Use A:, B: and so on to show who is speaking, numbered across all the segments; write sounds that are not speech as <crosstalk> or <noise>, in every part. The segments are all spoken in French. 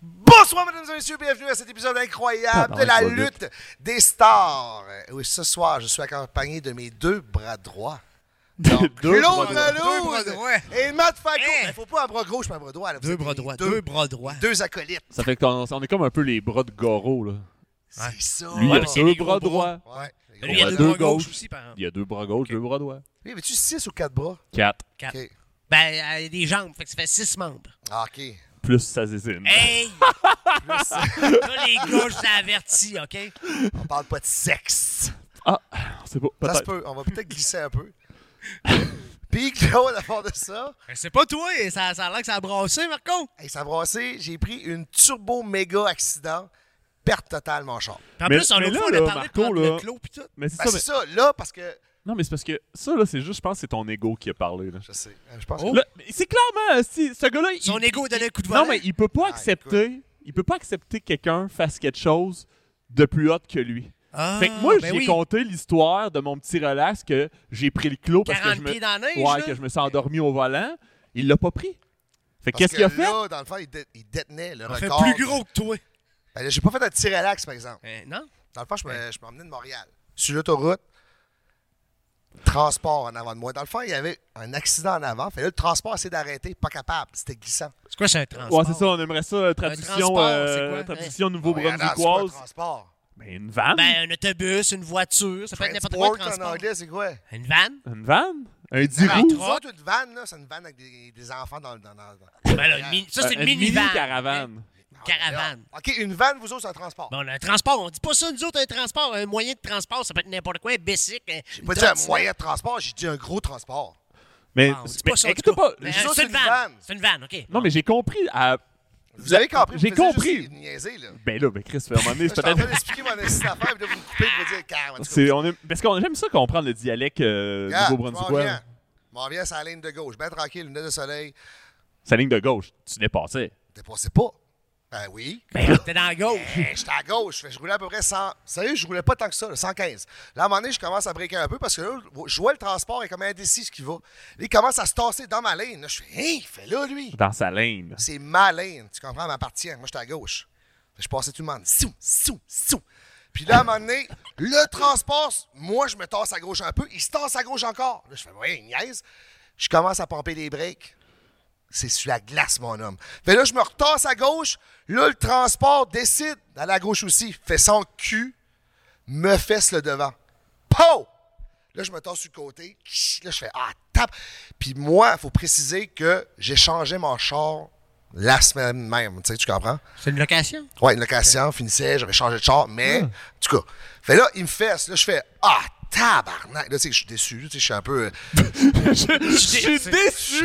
A: Bonsoir, mesdames et messieurs, bienvenue à cet épisode incroyable de la lutte des stars. Euh, Oui, ce soir, je suis accompagné de mes deux bras droits. Donc,
B: Deux
A: Claude
B: bras
C: droits. Deux bras
A: Leloup
C: droits.
A: et Matt Falco.
C: Hein?
A: Il faut pas un bras gauche, mais un bras droit. là. Vous
C: Deux
A: êtes
C: bras
A: les
C: droits.
A: Deux,
C: Deux bras droits.
A: deux acolytes.
B: Ça fait qu'on on est comme un peu les bras de Goro, là.
C: Ouais.
A: C'est ça.
B: Lui,
C: Ouais,
B: il a
C: mais c'est
B: deux
C: des
B: bras
C: gros
B: droits.
A: Ouais.
C: Lui, il y
B: On
C: a
B: a
C: deux
B: deux
C: bras gauche
B: gauches.
C: aussi, par exemple.
B: Il y a deux bras gauches, deux bras droits.
A: Oui, mais tu six ou quatre bras?
B: Quatre.
C: Quatre.
A: OK.
C: Ben, elle a des jambes, fait que ça fait six membres.
A: Ah, OK.
B: Plus sa zézine.
C: Hey! Là, les gars, je t'avertis, OK?
A: On parle pas de sexe.
B: Ah, c'est pas.
A: Ça se
B: Peut-être.
A: peut. On va peut-être glisser un peu. <laughs> Puis Claude, à part de ça,
C: Ben, c'est pas toi, et ça, ça a l'air que ça a brassé, Marco.
A: hey, ça a brassé. J'ai pris une turbo-méga accident. Perte totale, mon char.
C: Puis en
B: Mais-
C: plus, on
B: mais
C: a
B: là,
C: fois, on
B: là,
C: a parlé
B: Marco,
C: de prendre
B: là-
C: le clos pis tout.
B: Mais c'est
A: Ben,
B: ça,
A: c'est
B: mais-
A: ça, là, parce que...
B: Non, mais c'est parce que ça, là, c'est juste, je pense, que c'est ton ego qui a parlé, là.
A: Je sais. Je pense que...
B: Oh. Là, mais c'est clairement, euh, si, ce gars-là. il-
C: Son ego a donné un coup de volant.
B: Non, mais il peut pas
A: Ah,
B: accepter. Il peut pas accepter que quelqu'un fasse quelque chose de plus haute que lui.
C: Ah,
B: fait que moi,
C: ben
B: j'ai
C: oui.
B: conté l'histoire de mon petit relax que j'ai pris le clos parce que
C: 40
B: je me,
C: pieds dans la neige,
B: ouais,
C: là.
B: que je me suis endormi au volant. Il l'a pas pris. Fait
A: Parce
B: que qu'est-ce
A: que
B: qu'il a fait?
A: Là, dans le fond, il, dé- il détenait le
C: On fait
A: record.
C: plus gros que toi.
A: Ben, là, j'ai pas fait un petit relax, par exemple.
B: Ben,
C: Euh, non?
A: Dans le fond, je me- je m'emmenais de Montréal. Sur l'autoroute, transport en avant de moi. Dans le fond, il y avait un accident en avant. Fait là, le transport essayé d'arrêter. Pas capable. C'était glissant.
C: C'est quoi, c'est un transport?
B: Ouais, c'est ça, on aimerait ça, euh, traduction,
C: transport,
B: euh,
C: c'est
B: traduction
C: quoi?
A: Montréal, c'est quoi, le
B: nouveau-brunswickoise.
A: transport.
B: Ben, une vanne.
C: Ben, un autobus, une voiture, ça peut être n'importe quoi
A: Transport,
C: de
A: en
C: transport.
A: anglais, c'est quoi?
C: Une vanne?
B: Une vanne? Un
A: Ah,
B: 10
A: nous
B: roues?
A: autres, une vanne, là, c'est une vanne avec des, des enfants dans le. Dans, dans, dans-
C: Ben là, une mini- ça, c'est
B: Euh,
C: une, minivan. Ben,
B: caravane.
C: Une caravane.
A: OK, une vanne, vous autres, c'est un transport.
C: Bon, un transport, on dit pas ça, nous autres, un transport, un moyen de transport, ça peut être n'importe quoi, un bicycle. J'ai
A: J'ai pas dit un moyen de transport, j'ai dit un gros transport.
B: Mais,
C: Ah, on dit
B: mais
C: pas ça, en
B: écoutez
C: tout cas.
B: pas,
C: Mais,
B: je-
A: ça,
C: euh, c'est une vanne. C'est une vanne, OK.
B: non, mais j'ai compris. à-
A: Vous avez compris?
B: J'ai
A: vous faisiez
B: compris.
A: juste niaiser, là.
B: Ben là, ben Chris, fait un moment donné,
A: Je suis
B: c'est
A: en train
B: peut-être.
A: d'expliquer mon assistant affaire, puis là, vous me coupez, vous me dites, Car, en tout cas,
B: <laughs> c'est- on aime- Parce qu'on j'aime ça comprendre le dialecte euh,
A: regarde, je m'en
B: nouveau-brunswickois.
A: viens. Je m'en viens sur la ligne de gauche, bien tranquille, lunettes de soleil.
B: Sa ligne de gauche, tu dépassais.
A: Dépassez pas. Ben oui.
C: T'es dans la gauche.
A: Ben, J'étais à gauche, fait que je roulais à peu près 100. Sérieux, je roulais pas tant que ça, là, 115. Là, à un moment donné, je commence à briquer un peu parce que là, je vois le transport est comme indécis ce qu'il va. Il commence à se tasser dans ma lane. Là, je fais, hey, fais là, lui.
B: Dans sa ligne.
A: C'est ma lane, tu comprends, elle m'appartient. Moi, j'étais à gauche. Fait que Je passais tout le monde. Sou, sou, sou. Puis là, à un moment donné, le transport, moi, je me tasse à gauche un peu. Il se tasse à gauche encore. Là, je fais, ouais, il niaise. Je commence à pomper les breaks. C'est sur la glace, mon homme. Fait là, je me retasse à gauche. Là, le transport décide d'aller à gauche aussi. Fait son cul, me fesse le devant. Pow! Là, je me tasse sur le côté. Chut! Là, je fais Ah, tape! Puis moi, il faut préciser que j'ai changé mon char la semaine même. Tu sais, tu comprends?
C: C'est une location.
A: Ouais, une location finissait, j'avais changé de char, mais en tout cas. Fait là, il me fesse. Là, je fais Ah, tabarnak! Là, tu sais, je suis déçu. Tu sais, je suis un peu. euh,
B: Je suis
A: Je suis un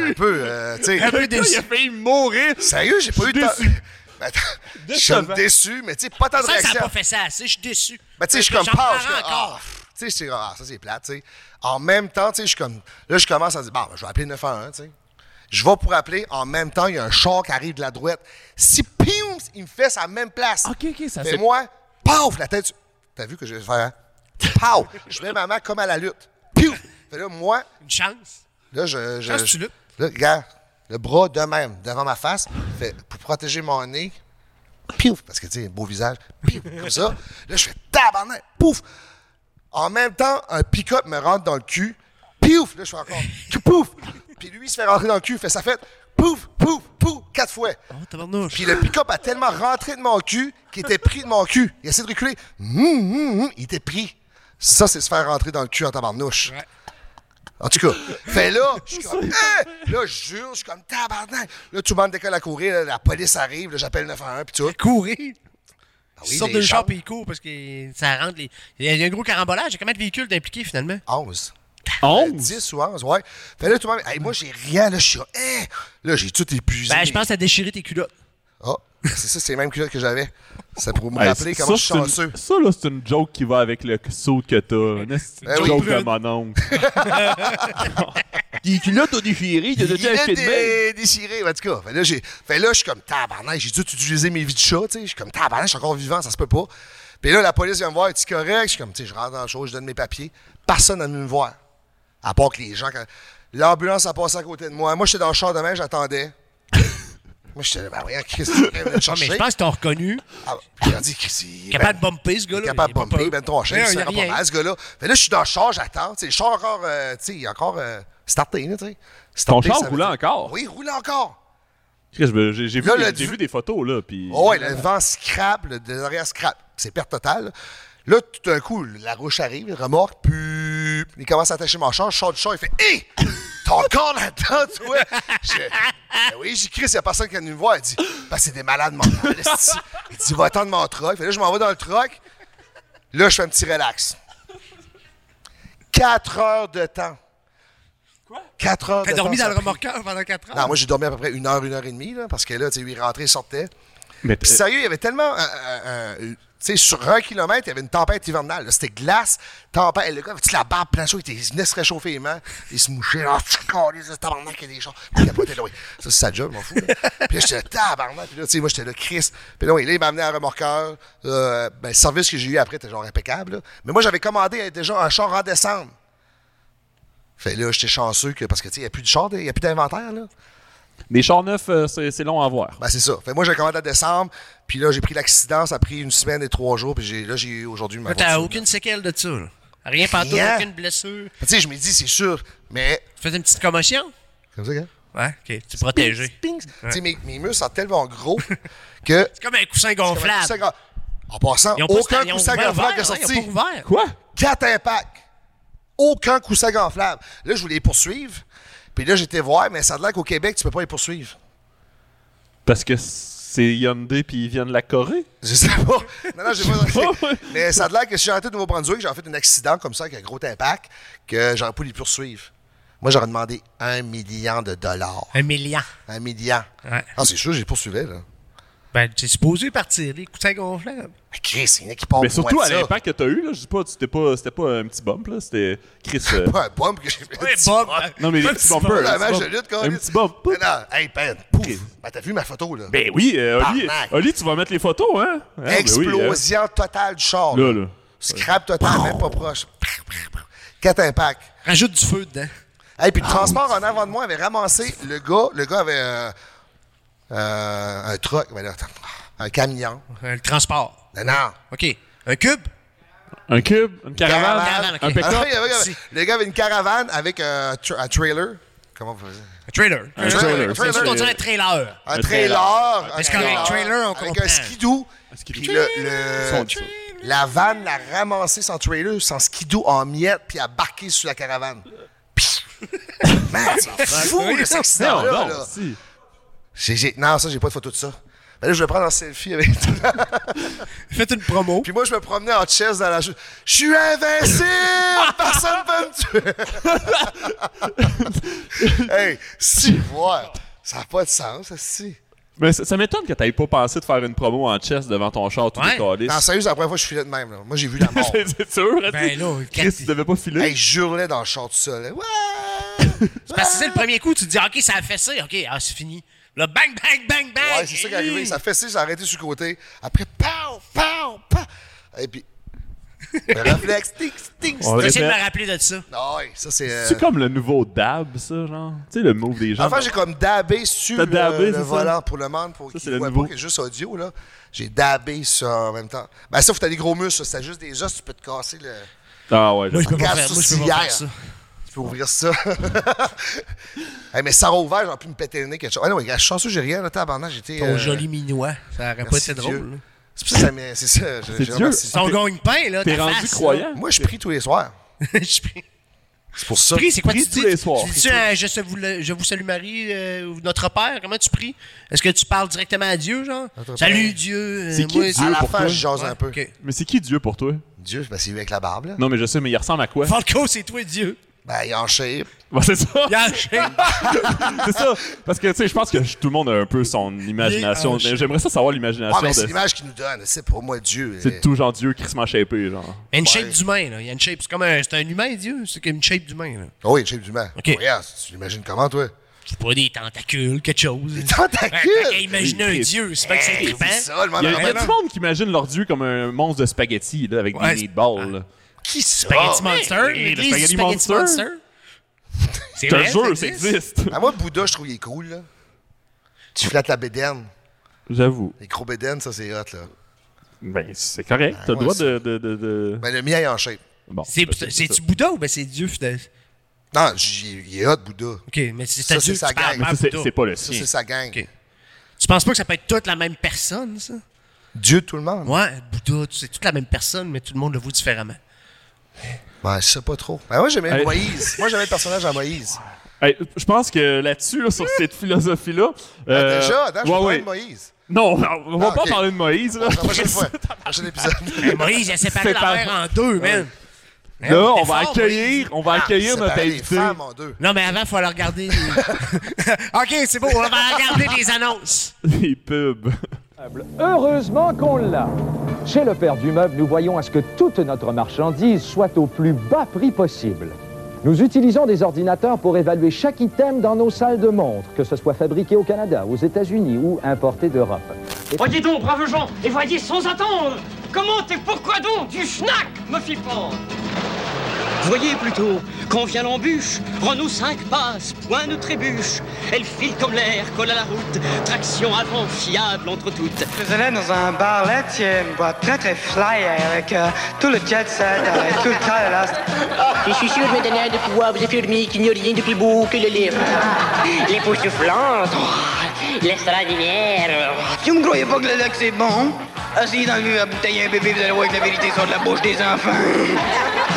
B: déçu!
A: peu. euh, tu sais.
C: peu
B: Il a failli mourir!
A: Sérieux, j'ai pas eu de temps. <laughs>
B: déçu.
A: Ben, attends, Je suis
B: Décevant.
A: déçu, mais tu sais, pas tant de
C: Ça, ça
A: réaction.
C: a pas fait ça assez, je suis déçu.
A: Ben, tu sais, je suis comme
C: J'en
A: paf, je suis
C: parlerai
A: comme, ah,
C: encore.
A: pff, tu sais, c'est ah, ça, c'est plate, tu sais. En même temps, tu sais, je suis comme. Là, je commence à dire, bon, ben, je vais appeler 911, tu sais. Je vais pour appeler, en même temps, il y a un char qui arrive de la droite. Si pim, il me fait sa même place.
B: Ok, ok, ça
A: Fais
B: c'est.
A: moi, paf, la tête. sur- T'as vu que je vais faire. hein? Paf, je mets ma main comme à la lutte. Pium. Fait là, moi,
C: Une chance.
A: Là, je. je,
C: Quand tu
A: je-
C: luttes.
A: là, regarde, le bras de même, devant ma face, fait- pour protéger mon nez. Piouf, parce que tu sais, beau visage. Piouf, comme ça. Là, je fais tabarnak, pouf. En même temps, un pick-up me rentre dans le cul. Piouf, là, je fais encore. <laughs> Pouf. Puis lui, il se fait rentrer dans le cul, fait sa fête. Pouf, pouf, pouf, quatre fois.
C: Oh, tabarnouche.
A: Puis le pick-up a tellement rentré de mon cul qu'il était pris de mon cul. Il a essayé de reculer. Hum, hum, hum, il était pris. Ça, c'est se faire rentrer dans le cul en tabarnouche.
C: Ouais.
A: En tout cas, fait là, je suis
C: <laughs>
A: comme, Hein! là, je jure, je suis comme tabarnak. Là, tout le monde décolle à courir, là, la police arrive, là, j'appelle 911 puis tout.
C: Courir.
A: Ah
C: Ils sortent
A: les
C: de
A: gens,
C: char et ils courent parce que ça rentre. Les... Il y a un gros carambolage. Il y a combien de véhicules d'impliqués finalement?
A: 11.
B: 11?
A: 10 ou 11, ouais. Fait là, tout le monde, Hey, moi, j'ai rien, là, je suis, Hein! là, j'ai tout épuisé.
C: Ben, je pense que ça a déchiré tes culottes.
A: Ah, c'est ça, c'est les mêmes culottes que j'avais. C'est pour me
B: Hey,
A: rappeler
B: ça,
A: comment je suis
B: c'est une-
A: chanceux.
B: Ça, là, c'est une joke qui va avec le saut que t'as. Une esti de
A: Ben oui.
B: joke de
C: Brune.
B: mon
A: <laughs>
B: oncle. Des culottes au déchiré, il
A: Il est dé- déchiré, en tout cas. Fait là, j'ai- fait là, je suis comme tabarnak, j'ai dû utiliser mes vies de chat, tu sais. Je suis comme tabarnak, je suis encore vivant, ça se peut pas. Puis là, la police vient me voir, est-ce correct? Je suis comme, tu sais, je rentre dans le show, je donne mes papiers. Personne n'a venu me voir. À part que les gens. quand- L'ambulance a passé à côté de <laughs> moi. Moi, j'étais dans le char demain, j'attendais. Moi, j'étais là, ben voyons, Chris, il vient de
C: Ah, mais je
A: chercher.
C: pense que t'as reconnu.
A: Ah, puis il a dit, Chris, il est
C: Ben, Capable
A: ben-
C: de bumper, ce gars-là.
A: il est capable de
C: Il est pas
A: bomber,
C: peur.
A: ben trop
C: Ouais,
A: cher,
C: il y
A: c'est
C: a
A: pas
C: rien.
A: mal, ce gars-là. Mais là, je suis dans le char, j'attends. Tu sais, le char encore, euh, tu sais, il est encore euh, starté, là, tu sais.
B: Ton
A: Starté,
B: char
A: ça veut
B: roulait
A: dire-
B: encore.
A: Oui, il roulait encore.
B: Chris, ben, J'ai j'ai vu,
A: Là, le
B: des- j'ai
A: du-
B: vu des photos, là. Puis...
A: Oh, ouais, le vent scrape, le de l'arrière scrape. C'est perte totale. Là, tout d'un coup, la roche arrive, il remorque, puis il commence à attacher mon char. Je sors du char, il fait Hé! T'es encore là-dedans, toi! Je- Ben oui, j'ai crié, il n'y a personne qui est venu me voir. Il dit Ben, c'est des malades mentales. esti. Il dit Va-t'en de mon truck. Fait, là, je m'en vais dans le truck. Là, je fais un petit relax. Quatre heures de temps. Quoi? Quatre heures de
C: T'as
A: temps.
C: dormi
A: ça
C: dans
A: a
C: le
A: pris.
C: remorqueur pendant 4
A: Non,
C: heures?
A: moi, j'ai dormi à peu près une heure, une heure et demie, là, parce que là, tu sais, lui, il rentrait, il sortait.
B: Mais
A: Puis sérieux, il y avait tellement. euh, euh, euh, tu sais, sur un kilomètre, il y avait une tempête hivernale. là. C'était glace, tempête. Le gars, tu la barbe plein chaud, il, était- il venait se réchauffer les mains. Il se mouchait. Ah, tu calais, ce tabarnak, il y a des gens. Il capotait là, oui. Ça, c'est sa job, je m'en fous. là. Puis là, j'étais là, tabarnak. Puis là, tu sais, moi, j'étais là, Chris. Puis là, oui, là, il m'a amené à un remorqueur. Euh, ben, le service que j'ai eu après était genre impeccable. là. Mais moi, j'avais commandé euh, déjà un char en décembre. Fait là, j'étais chanceux que. Parce que, tu sais, il n'y a plus de char, il n'y a plus d'inventaire, là.
B: Les chars neufs, euh, c'est c'est long à voir.
A: Ben, c'est ça. Fait que moi, j'ai commandé en décembre, puis là, j'ai pris l'accident, ça a pris une semaine et trois jours, puis j'ai- là, j'ai eu aujourd'hui ma
C: Toi, T'as
A: voiture.
C: aucune séquelle de ça. là. Rien partout,
A: Rien.
C: aucune blessure.
A: Tu sais, je me dis, c'est sûr, mais...
C: Tu faisais une petite commotion?
A: Comme ça, hein?
C: Ouais, OK. Tu protégé.
A: Ping! Tu sais, mes, mes muscles sont tellement gros <laughs> que...
C: C'est comme un coussin
A: Coussin
C: gonflable.
A: gra- En passant,
C: Ils ont pas-
A: aucun
C: ils ont
A: coussin
C: ouvert,
A: gonflable qui
C: ouvert,
A: est
C: ils ont
A: sorti.
C: pas ouvert.
B: Quoi?
A: Quatre impacts. Aucun coussin gonflable. Là, je voulais les poursuivre, puis là, j'étais voir, mais ça a l'air qu'au Québec, tu peux pas les poursuivre.
B: Parce que c'est Hyundai puis ils viennent de la Corée.
A: Je sais
B: <laughs>
A: pas. Non, non, j'ai
B: pas,
A: pas.
B: ouais.
A: Mais ça a l'air que si j'étais au Nouveau-Brunswick, j'aurais fait un accident comme ça avec un gros impact, que j'aurais pas les poursuivre. Moi, j'aurais demandé un million de dollars.
C: Un million.
A: Un million.
C: Ouais.
A: Ah, c'est sûr, j'ai poursuivi, là.
C: Ben, c'est supposé partir, les coussins gonflables.
A: Mais Chris, il y en a qui partent
B: Mais surtout
A: pour
B: à
A: ça.
B: l'impact que t'as eu, là, je dis pas, c'était pas, c'était pas un petit bump, là, c'était Chris. euh,
A: Pas un bomb que j'ai fait.
C: Ouais, Bob.
B: Non, mais les petits bumpers.
A: Un
B: là,
A: match
B: petit
A: de
B: bump.
A: lutte, quand
B: Un petit bump.
A: Non, non. Hey, Ben, pouf.
B: Chris.
A: Ben, t'as vu ma photo, là?
B: Ben oui, euh, Oli,
A: Tabarnak.
B: Oli, tu vas mettre les photos, hein? Ah, ben oui, hein.
A: Explosion totale du char.
B: Là,
A: Là,
B: là.
A: Scrap total, même pas proche. Quatre impacts.
C: Rajoute du feu dedans.
A: Hey, puis le transport en avant de moi avait ramassé le gars. Le gars avait euh, euh, un truck, ben là, attends, un camion.
C: Euh, Le transport.
A: Non, non.
C: OK. Un cube?
B: Un cube, une caravane,
A: Caravane,
C: ok.
B: un
A: Ah,
B: pick-up.
A: il y avait-
C: Si.
A: le gars avait une caravane avec un, tra- un trailer. Comment vous faisiez?
C: Un trailer.
B: Un trailer,
A: Un
B: c'est
C: Surtout, on
A: trailer.
C: dirait un trailer.
A: Un,
B: Un
A: trailer. Un
C: Mais c'est correct, trailer, on
A: avec
C: comprend.
A: un skidoo.
B: skidoo.
A: Puis le, le-
B: Ils sont durs.
A: la vanne l'a ramassé sans trailer, sans skidoo en miettes, puis a barqué sur la caravane. Pfff. Man, c'est fou, là, cet
B: Non,
A: accident-là.
B: non,
A: là.
B: si.
A: J'ai- j'ai- Non, ça, j'ai pas de photo de ça. Ben là, je vais prendre un selfie avec
C: Faites une promo.
A: Puis moi, je me promenais en chess dans la... Je je suis
B: <laughs>
A: invincible! Personne peut me tuer!
B: <laughs>
A: hey, si, voir, ça n'a pas de sens, ça, si.
B: Mais ça, ça m'étonne que t'aies pas pensé de faire une promo en chess devant ton char tout
C: Ouais.
B: décalé. <laughs>
A: Non, sérieux, c'est la première fois que je filais de même. Là. Moi, j'ai vu la mort.
B: C'est c'est sûr, hein,
C: Ben
B: tu-
C: là,
B: Chris, tu devais pas filer.
A: hey, je hurlais dans le char tout seul.
B: <laughs>
A: là. Ouais!
C: Parce que c'est le premier coup, tu te dis, OK, ça a fessé. OK, ah, c'est fini. Là, bang, bang, bang, bang.
A: Ouais, c'est ça qui est arrivé. Ça fessé, j'ai arrêté sur le côté. Après, pow, pow, pow! Et
B: <laughs>
A: puis... le réflexe, ting, ting,
B: On
A: ting.
C: J'ai essayé de
B: répète.
C: me rappeler de ça.
A: Ouais, ça, c'est... euh,
B: C'est comme le nouveau dab, ça, genre. Tu sais, le move des gens.
A: Enfin, j'ai comme dabé sur
B: T'as
A: le,
B: dabé,
A: le
B: c'est ça?
A: volant pour le monde, pour
B: Ça,
A: qu'il
B: c'est le
A: voit
B: nouveau.
A: pas que juste audio, là. J'ai dabé ça en même temps. Ben ça, faut que t'as des gros muscles, ça. C'est juste des os, tu peux te casser le...
B: Ah ouais,
C: Moi, je peux pas
A: Regarde
C: faire,
A: ça,
C: moi, je
A: c'est
C: peux pas
A: hier.
C: faire ça.
A: Tu peux ouvrir
B: <laughs>
A: ça. Hey, mais ça aurait ouvert, j'aurais pu me péter le nez, quelque chose. Ah non, mais gars, je suis chanceux, j'ai rien, là, tabarnak, j'étais...
C: Ton
A: euh,
C: joli minois. Ça aurait pas
A: merci
C: été
A: Dieu.
C: drôle. là.
A: C'est pour ça que ça m'est- C'est ça, je-
B: C'est
A: je
B: Dieu.
A: remercie.
C: Ton gagne-pain, là,
B: T'es
C: ta
B: rendu
C: face, là.
B: croyant.
A: Moi, je prie tous les soirs.
C: <laughs> Je suis pris.
A: C'est pour ça.
C: Prie, c'est quoi
B: Prie
C: tu
B: tous
C: dis?
B: les soirs.
C: Tu dis-tu, euh, je, sais vous le- je vous salue Marie, euh, ou notre Père, comment tu pries? Est-ce que tu parles directement à Dieu, genre?
A: Notre
C: Salut
A: Père.
C: Dieu. euh,
B: C'est qui
C: moi,
B: Dieu
A: À la
B: pour toi?
A: fin, je jase un
C: Ouais,
A: peu.
C: ok.
B: Mais c'est qui Dieu pour toi?
A: Dieu, ben, c'est lui avec la barbe, là.
B: Non, mais je sais, mais il ressemble à quoi? <laughs>
C: Falco, c'est toi Dieu.
A: Ben, il est en shape.
B: Bon, c'est ça!
C: Il y a un chien.
B: <laughs> C'est ça! Parce que, tu sais, je pense que tout le monde a un peu son imagination.
C: Il est en-
B: J'aimerais ça savoir
A: Ah,
B: l'imagination
A: ben, c'est
B: de.
A: l'image qu'il nous donne. C'est pour moi, Dieu.
B: C'est tout genre Dieu crissement shapé, genre.
C: Il y a une shape d'humain, là. Il y a une shape. C'est comme un, c'est un humain, Dieu. C'est comme une shape d'humain, là.
A: Oh, oui, shape d'humain.
C: Ok.
A: Regarde, tu l'imagines comment, toi?
B: <laughs>
C: C'est pas des tentacules, quelque chose. Des
A: tentacules?
C: Imaginez un
B: Oui,
C: dieu, c'est pas que c'est
A: Hey,
C: trippant.
A: c'est ça, le monde
B: Il y a,
A: en
B: il y a
A: parle.
B: du monde qui imagine leur dieu comme un monstre de spaghetti, là, avec
C: Ouais,
B: des
C: c'est-
A: ah.
B: meatballs, là.
A: Qui ça?
C: Spaghetti Monster,
B: oui, le
C: l'église
B: Ah,
C: du
B: Spaghetti
C: Spaghetti
B: Monster.
C: Monster. C'est
B: Je te
A: Eh
C: vrai,
B: jure,
C: ça
B: ça
C: existe.
B: existe!
A: Ah, moi, Bouddha, je trouve il est cool. Là. Tu flattes la bédaine.
B: J'avoue.
A: Les gros bédaines, ça, c'est hot, là.
B: Ben, c'est correct. T'as le
A: ouais,
B: droit
A: ça.
B: de. de, de, de-
A: Ben, le mien est en shape.
B: Bon.
C: C'est-
B: ben,
C: C'est- C'est-tu
B: ça.
C: Bouddha ou ben c'est Dieu, finalement?
A: Non, j- il est hot, Bouddha.
C: OK, mais c'est
A: Ça,
C: à
A: c'est
C: Dieu que
A: sa
C: tu parles,
A: gang.
B: Mais
C: pas à
B: ça, c'est
C: Bouddha.
B: c'est pas le
A: Ça,
B: sien.
A: c'est sa gang.
C: OK. Tu penses pas que ça peut être toute la même personne, ça?
A: Dieu de tout le monde.
C: Ouais, Bouddha, c'est toute la même personne, mais tout le monde le voit différemment.
A: Ben, je sais pas trop. Ben, moi, j'aimais
B: Hey.
A: Moïse. Moi, j'aimais le personnage à Moïse.
B: Hey, je pense que là-dessus, là, sur cette philosophie-là. euh,
A: Ah, Déjà, attends, je
B: ouais,
A: vais
B: ouais.
A: parler de Moïse.
B: Non, on va
A: Ah,
B: pas
A: ok.
B: parler de Moïse. Là.
A: La prochaine
B: <laughs>
A: fois. Prochain épisode.
C: Mais Moïse, il a séparé
B: Sépare-
C: l'affaire en deux, man. Hein,
B: Là,
C: t'es
B: on va
C: fort,
B: accueillir,
C: Moïse.
B: on va accueillir
A: Ah,
B: notre
A: séparer les
B: invité.
A: femmes en deux.
C: Non, mais avant, il faut aller regarder. les- OK, c'est beau, on va regarder les annonces.
B: <laughs> Les pubs.
D: Heureusement qu'on l'a. Chez le père du meuble, nous voyons à ce que toute notre marchandise soit au plus bas prix possible. Nous utilisons des ordinateurs pour évaluer chaque item dans nos salles de montre, que ce soit fabriqué au Canada, aux États-Unis ou importé d'Europe.
E: Voyez donc, braves gens, et voyez sans attendre Comment et pourquoi donc du schnack me fit pendre Voyez plutôt, quand vient l'embûche, Renault 5 passe, point ne trébuche. Elle file comme l'air, colle à la route, traction avant, fiable entre toutes.
F: Je suis allé dans un bar latin, une boîte très très fly avec euh, tout le jet set, avec tout le tralala.
G: Je suis sûr maintenant de pouvoir vous affirmer qu'il n'y a rien de plus beau que le livre. Les pouces soufflantes, oh, l'extraordinaire.
F: Si vous me croyez pas que le lac c'est bon, asseyez dans le mur à bouteiller un bébé, vous allez voir que la vérité sort de la bouche des enfants.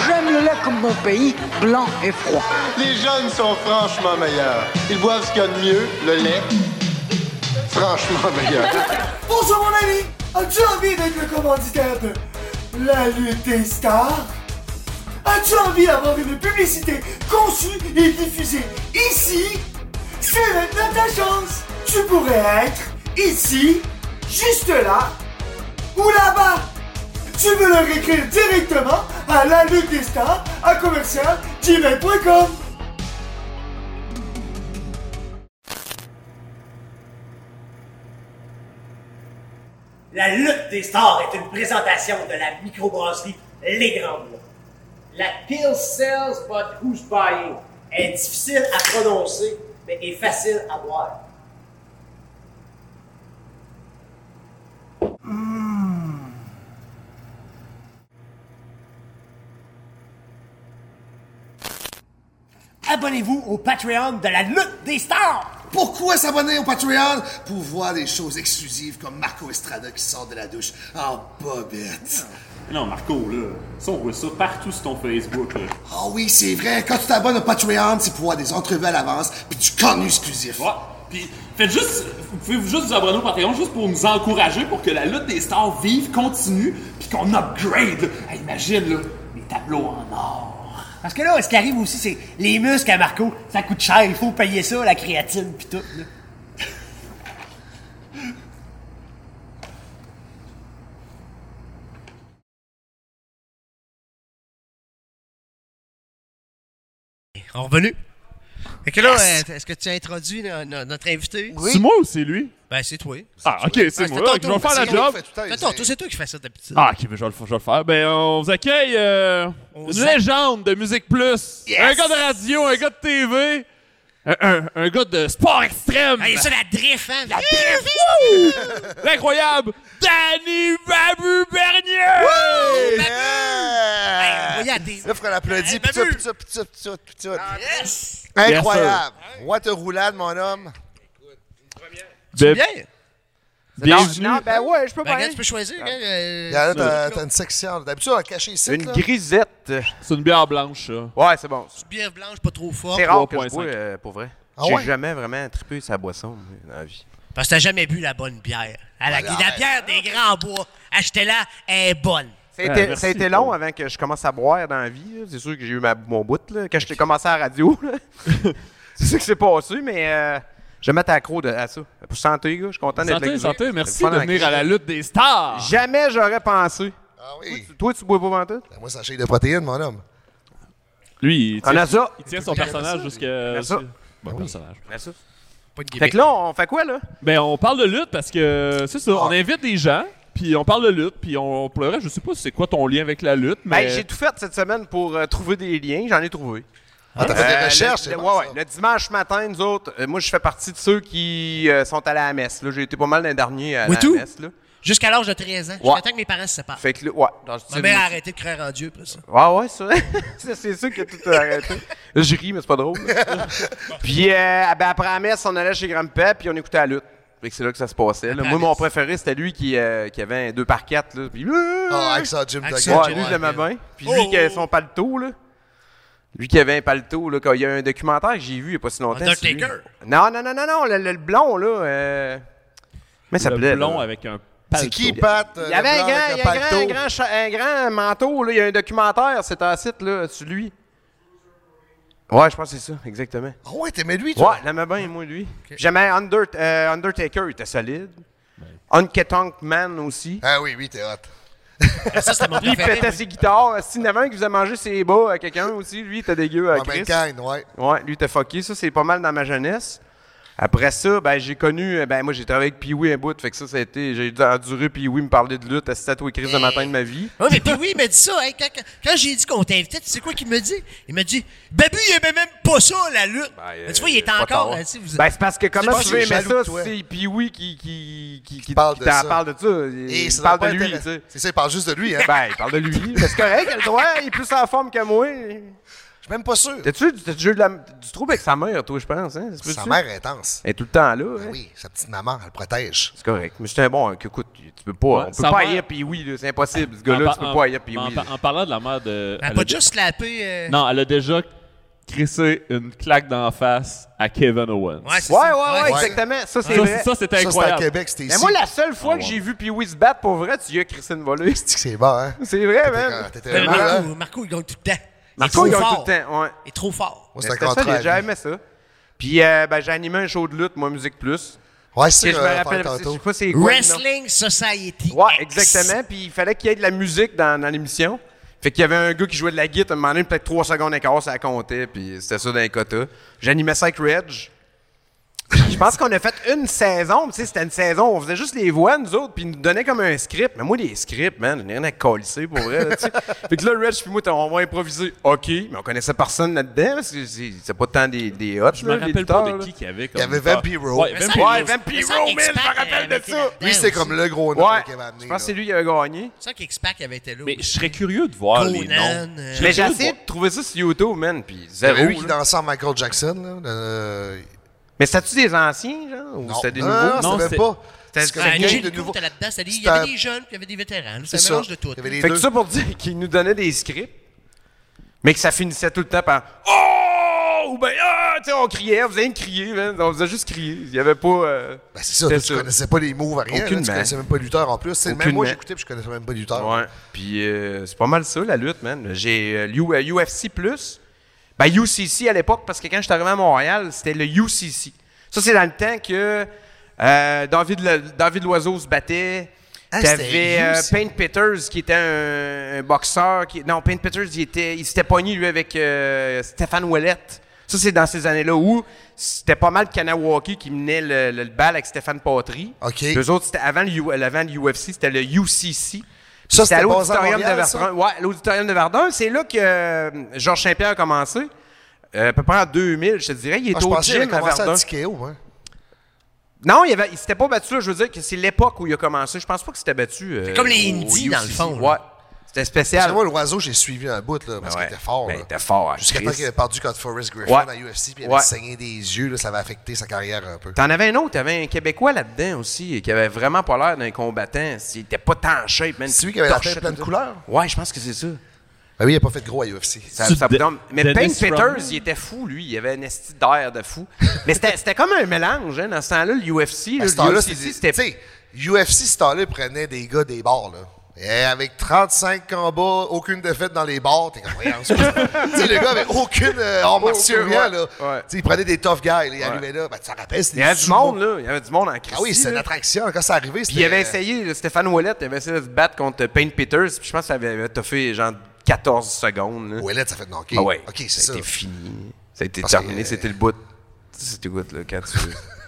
H: J'aime le lac comme mon pays, blanc et froid.
I: Les jeunes sont franchement meilleurs. Ils boivent ce qu'il y a de mieux, le lait. Franchement meilleur.
J: Bonjour mon ami As-tu envie d'être le commanditaire de La Lutte des Stars As-tu envie d'avoir une publicité conçue et diffusée ici C'est maintenant ta chance Tu pourrais être ici, juste là, ou là-bas Tu veux leur écrire directement à La Lutte des Stars à commercial gmail.com
E: La lutte des stars est une présentation de la microbrasserie Les Grandes Lots. La pill sells, but who's buying est difficile à prononcer, mais est facile à boire. Abonnez-vous au Patreon de la lutte des stars!
J: Pourquoi s'abonner au Patreon pour voir des choses exclusives comme Marco Estrada qui sort de la douche Ah, en bobette?
K: Non, Marco, là, ça, on voit ça partout sur ton Facebook, là.
J: Ah oui, c'est vrai, quand tu t'abonnes au Patreon, c'est pour voir des entrevues à l'avance puis du contenu exclusif.
K: Ouais. Puis, faites juste, vous pouvez juste vous abonner au Patreon juste pour nous encourager, pour que la lutte des stars vive, continue, puis qu'on upgrade, là. Hey, imagine, là, les tableaux en or.
E: Parce que là, ce qui arrive aussi, c'est les muscles à Marco, ça coûte cher, il faut payer ça, la créatine pis tout. là.
C: On revenu. Fait que là,
A: Yes.
C: euh, est-ce que tu as introduit no- no- notre invité?
A: Oui.
B: C'est moi ou c'est lui?
C: Ben, c'est toi.
B: Ah, ok, c'est
C: Ah,
B: moi.
C: ton
B: Ok, Je vais
C: tour,
B: faire la
C: c'est toi
B: job.
A: qui fais tout le temps.
C: Attends, toi, c'est toi qui fais ça d'habitude.
B: Ah, ok, ben, je vais le, je vais le faire. Ben, on vous accueille euh,
C: On
B: une
C: vous-
B: légende de Musique Plus. Un gars de radio, un gars de TV, un, un- un gars de sport extrême.
C: Ah, il y a ça, la drift, hein? La
B: Wouh! L'incroyable Danny Ben, Babu Bernier!
A: Yeah!
C: Voyez, à des...
A: Là, faut qu'on applaudisse.
C: Hey,
A: Pis tout,
C: Babu!
A: pis tout, pis tout, pis tout, pis tout.
H: Ah,
C: Yes!
A: Incroyable. What a roulade, mon homme.
B: De-
C: Bien!
B: bienvenue.
H: ben ouais, je peux
C: Ben, regarde, tu peux choisir, hein? euh,
A: Regarde, là, t'as- t'as une section. D'habitude, on le cachait ici.
H: Une
A: là.
H: grisette.
B: C'est une bière blanche, ça.
H: Ouais, c'est bon.
C: bière blanche, pas trop forte.
H: C'est rare que je
B: 3.5.
H: bois, euh, pour vrai.
A: Ah
H: J'ai
A: ouais?
H: jamais vraiment trippé sa boisson moi, dans la vie.
C: Parce que t'as jamais bu la bonne bière. À la,
A: Voilà.
C: la bière des grands bois, achetez-la, elle est bonne.
H: Ça a été-
B: merci,
H: ça a été
B: toi.
H: long avant que je commence à boire dans la vie. là. C'est sûr que j'ai eu ma- mon bout là, quand j'ai commencé à la radio. là. c'est ça que c'est passé, mais euh, je vais mettre accro de- à ça. Pour santé, gars, je suis content d'être là.
B: Santé,
H: avec vous
B: santé,
H: autres.
B: merci
H: C'est le fun
B: de
H: en
B: venir à la
H: crise.
B: lutte des stars.
H: Jamais j'aurais pensé.
A: Ah oui.
H: Toi, tu bois pas pantoute?
A: Ben, Moi, ça chèque de protéines, mon homme.
B: Lui, il
H: On a
B: tient,
H: ça.
B: il tient son personnage jusqu'à...
H: ça.
B: Bon personnage.
H: On a ça.
C: Pas de
H: Fait que là, on fait quoi, là?
B: Ben, on parle de lutte parce que, c'est ça, on
H: Ah.
B: invite des gens, puis on parle de lutte, puis on, on pleurait.
H: Ben,
B: Je sais pas c'est quoi ton lien avec la lutte, mais...
H: euh, Hey, j'ai tout fait cette semaine pour euh, trouver des liens. J'en ai trouvé.
A: Ah, t'as fait des
H: Euh,
A: recherches,
H: le-
A: c'est
H: le-
A: bon,
H: ouais, ouais. Le dimanche matin, nous autres, euh, moi, je fais partie de ceux qui euh, sont allés à la messe. là. J'ai été pas mal l'an dernier à
C: Oui,
H: la
C: tout.
H: messe. Là.
C: Jusqu'à l'âge de 13 ans.
H: Ouais.
C: J'attends que mes parents se séparent.
H: Fait que là, ouais. dans-
C: Ma mère a arrêté de croire en Dieu, après ça.
H: Ouais, ouais, ça. <laughs> ça, c'est sûr que tout a arrêté. Je ris, mais c'est pas drôle. puis euh, ben, après la messe, on allait chez Grandpa, puis on écoutait la lutte. Fait que c'est là que ça se passait. là.
A: Après
H: Moi,
A: la
H: mon préféré, c'était lui qui, euh, qui avait un 2 par 4 là, puis...
A: Ah, avec ça, Jim
H: Ouais, lui, je l'aimais bien. Puis lui qui avait son paletot, là. Lui qui avait un paletot, là, quand il y a un documentaire que j'ai vu il n'y a pas si longtemps. c'est lui.
B: Undertaker.
H: Non, non, non, non, non, le, le- le blond, là. euh, Mais ça s'appelait.
B: Le blond
H: là.
B: avec un
H: C'est
B: paletot.
H: qui, Pat?
A: euh,
H: Il y avait un grand, il y a un grand, un grand cha- un grand manteau, là. Il y a un documentaire, c'est un site, là, sur lui. Ouais, je pense que c'est ça, exactement.
A: Ah ouais, t'aimais lui,
H: Ouais,
A: toi?
H: je l'aimais bien, moi, lui. J'aimais Under- euh, Undertaker, il était solide. Unketonk Man aussi.
A: Ah oui, oui, t'es hot.
C: ça, c'était mon
H: Lui, il
A: préféré,
H: pétait
A: oui.
H: ses guitares. S'il y en avait un qui faisait manger ses bas à quelqu'un aussi, lui, il était dégueu à
A: Ah, ben,
H: Chris.
A: Kane, ouais.
H: Ouais, lui, il était fucké. Ça, c'est pas mal dans ma jeunesse. Après ça, ben, j'ai connu. Ben, moi, j'ai travaillé avec Pee-Wee un bout. Fait que ça, ça a été. J'ai dû endurer Pee-Wee me parler de lutte à 7 ou Chris de matin de ma vie.
C: Ouais, mais puis oui, il m'a dit ça. Hey, quand quand- quand j'ai dit qu'on t'invitait, tu sais quoi qu'il me dit? Il m'a dit, Babu, il aimait même pas ça, la lutte. Mais tu vois, il est
H: Ben, euh, Pas
C: encore.
H: tard.
C: là, tu sais, vous-
H: Ben, c'est parce que
C: Je
H: comment
C: pense
H: tu
C: que
H: veux
C: je suis
H: aimer
C: jaloux de
H: ça si
C: toi.
H: c'est Pee-Wee qui, qui, qui, qui
A: parle de
H: t'en
A: ça.
H: parle de ça? Il,
A: Et
H: il
A: ça doit
H: parle
A: pas
H: de lui, tu
A: intéresser.
H: sais.
A: C'est ça, il parle juste de lui, hein?
H: Ben, il parle de lui. Mais c'est correct, il a le droit, il est plus en forme que moi. Je
A: suis même pas sûr.
H: T'as-tu t'as-tu eu de la- du trouble avec sa mère, toi, je pense? Hein? Ça se
A: Sa
H: peut-tu?
A: mère est intense.
H: Elle est tout le temps là. hein?
A: Oui, sa petite maman, elle le protège.
H: C'est correct. Mais c'était bon, hein, que, écoute, tu peux pas.
A: Ouais,
H: on peut
A: sa
H: pas
A: mère-
H: haïr puis oui, là, c'est impossible. Ce
B: En
H: gars-là,
B: par-
H: tu peux
B: en-
H: pas haïr puis
B: en
H: oui.
B: par- En parlant de la mère de.
C: Elle
A: Ben,
C: a
B: elle
C: Ben, pas
B: a dé-
C: juste slappé. euh,
B: Non, elle a déjà crissé une claque d'en face à Kevin Owens.
H: Ouais, ouais, ouais, exactement. Ça, c'est vrai.
B: Ça, c'était incroyable.
H: Mais moi, la seule fois que j'ai vu puis oui se battre, pour vrai, tu y as Christine volée.
A: C'est que c'est bon, hein?
H: <laughs> C'est vrai,
A: quand-
H: man.
A: t'étais hein.
C: Mais Marco, Marco, il gagne tout le temps.
H: Marco,
C: est
H: il
C: trop
H: gagne
C: fort.
H: tout le temps, ouais.
C: Il est trop fort.
H: Mais c'était solide, J'ai aimé ça. Puis, euh, ben, j'ai animé un show de lutte, moi, Musique Plus.
A: Ouais, c'est ça
H: Que Je
A: qu'on va
H: me
A: faire
H: rappelle, je
A: tantôt.
H: sais pas c'est quoi. le nom.
C: Wrestling Society.
H: Ouais, exactement. Puis il fallait qu'il y ait de la musique dans, dans l'émission. Fait qu'il y avait un gars qui jouait de la guitare, à un moment donné, peut-être 3 secondes et quart, ça comptait, puis c'était ça dans les quotas. J'animais ça avec Reg. Je pense qu'on a fait une saison, mais tu sais, c'était une saison, où on faisait juste les voix, nous autres, puis ils nous donnaient comme un script. Mais moi, les scripts, man, j'en ai rien à colisser, pour vrai, là, tu <laughs> sais. Fait que là, Reg, puis moi, t'as- on va improviser. OK, mais on connaissait personne là-dedans, parce que c'est c'est pas tant des, des hot,
B: Je me rappelle pas de qui qu'il y avait. comme
A: Il y avait
B: lutteur.
A: Vampiro.
B: Ouais,
A: Mais
B: Vampiro.
H: Ouais, Vampiro, man, je me
C: euh,
H: rappelle de ça.
A: Lui, c'est comme le gros nom
H: Ouais,
A: qu'il avait amené.
H: je pense que c'est lui qui a gagné.
C: C'est ça qu'X-Pac avait été là.
B: Mais je serais curieux de voir les
C: Conan,
B: noms.
C: euh,
H: Mais j'ai essayé de trouver ça sur YouTube, man, puis
A: Il y
H: zéro.
A: avait lui qui
H: là.
A: dansait en Michael Jackson, là. le-
H: Mais c'était-tu des anciens, genre, ou
A: Non.
H: c'était des
A: Non,
H: nouveaux?
A: non, c'était pas.
H: C'était
A: C'était
H: c'était
A: un
H: quelqu'un
A: jean
H: de
A: nouveau.
C: Ah, T'as là-dedans, c'est-à-dire, il y
A: C'est
C: avait
A: un-
C: des jeunes, puis il y avait des vétérans. là,
A: C'est
C: C'est un mélange
A: ça.
C: de tout.
A: Il y avait les
H: Fait que
A: deux.
H: ça pour dire <laughs> qu'ils nous donnaient des scripts, mais que ça finissait tout le temps par « Oh! » ou ben « Ah! » Tu sais, on criait, on faisait rien que crier, man. On faisait juste crier. Il y avait pas... euh,
A: Ben, c'est ça, toi,
H: c'était
A: tu connaissais pas les moves à rien. là, Tu
H: Aucunement.
A: connaissais même pas le lutteur en plus. C'est- Même
H: Aucunement.
A: moi, j'écoutais, puis je connaissais même pas le lutteur.
H: Ouais. Puis euh, c'est pas mal ça, la lutte, man. J'ai euh, l'U- euh, UFC+, plus. ben UCC à l'époque, parce que quand je suis arrivé à Montréal, c'était le UCC. Ça, c'est dans le temps que euh, David, Le- David Loiseau se battait.
A: Ah,
H: T'avais
A: c'était
H: euh,
A: UCC.
H: Payne Peters, qui était un, un boxeur. Qui, non, Payne Peters, il, était, il s'était pogné, lui, avec euh, Stéphane Ouellette. Ça, c'est dans ces années-là où c'était pas mal Kanawaki qui menait le, le- le bal avec Stéphane Patry.
A: OK.
H: Les autres, c'était avant le, U- euh, avant le UFC, c'était le UCC.
A: Ça,
H: Puis c'était à
A: c'était basé à
H: l'auditorium de
A: Montréal, ça?
H: Verdun. Ouais, l'auditorium de Verdun. C'est là que euh, Georges Saint-Pierre a commencé. Euh, à peu près en 2000, je te dirais. Il
A: Ah,
H: était
A: je
H: au
A: pensais qu'il
H: gym
A: avait
H: à
A: commencé
H: Verdun.
A: à Tikeo, hein.
H: Non, il, avait, il s'était pas battu là. Je veux dire que c'est l'époque où il a commencé. Je pense pas qu'il s'était battu. euh,
C: C'est comme les
H: au- au
C: Indies, dans le
H: UCC.
C: fond, là.
H: Ouais. C'était
A: Parce
H: spécial.
A: que moi, l'oiseau, j'ai suivi un bout, là, parce
H: Ouais.
A: qu'il était fort.
H: Ben,
A: là.
H: il était fort, hein,
A: Jusqu'à
H: Chris.
A: temps qu'il avait perdu contre Forrest Griffin
H: Ouais.
A: à UFC, puis il avait
H: Ouais.
A: saigné des yeux, là, ça avait affecté sa carrière un peu.
H: T'en avais un autre, t'avais un Québécois là-dedans aussi, qui avait vraiment pas l'air d'un combattant. Il était pas tant en shape, man.
A: C'est lui qui avait la
H: Torchait
A: tête pleine de
H: tout.
A: couleurs?
H: Ouais, je pense que c'est ça.
A: Ben oui, il a pas fait de gros à UFC.
H: Ça- ça vous donne- Mais Payne Peters, il était fou, lui. Il avait un esti d'air de fou. Mais c'était c'était comme un mélange, hein, dans ce temps-là, le UFC.
A: À
H: là,
A: ce temps-là,
H: le
A: c'est-
H: UFC,
A: tu sais, UFC, ce temps-là, il prenait des gars des bars, là. Et avec 35 combats, aucune défaite dans les bars, t'es comme, voyons, c'est quoi
H: <laughs>
A: ça? Tu sais, le gars avait aucune euh, en martiaux,
H: Aucune,
A: rien,
H: ouais.
A: là.
H: Ouais.
A: Tu sais, il prenait des tough guys, là, il
H: Ouais.
A: arrivait là, ben, tu te rappelles, c'était
H: Il y avait
A: des
H: du
A: sumos.
H: monde, là. Il y avait du monde en Christie.
A: Ah oui, c'est une
H: là.
A: attraction, quand ça arrivait,
H: Puis il avait
A: c'était- euh,
H: essayé, là, Stéphane Ouellet, il avait essayé de se battre contre Payne Peters. Puis je pense que ça avait toffé genre 14 secondes. là.
A: Ouellet, ça fait knocker.
H: Ah ouais.
A: Ok, c'est ça.
H: C'était fini. Ça a été
A: Parce
H: terminé.
A: que- euh,
H: C'était le bout. C'était le bout, là, quand
A: <laughs>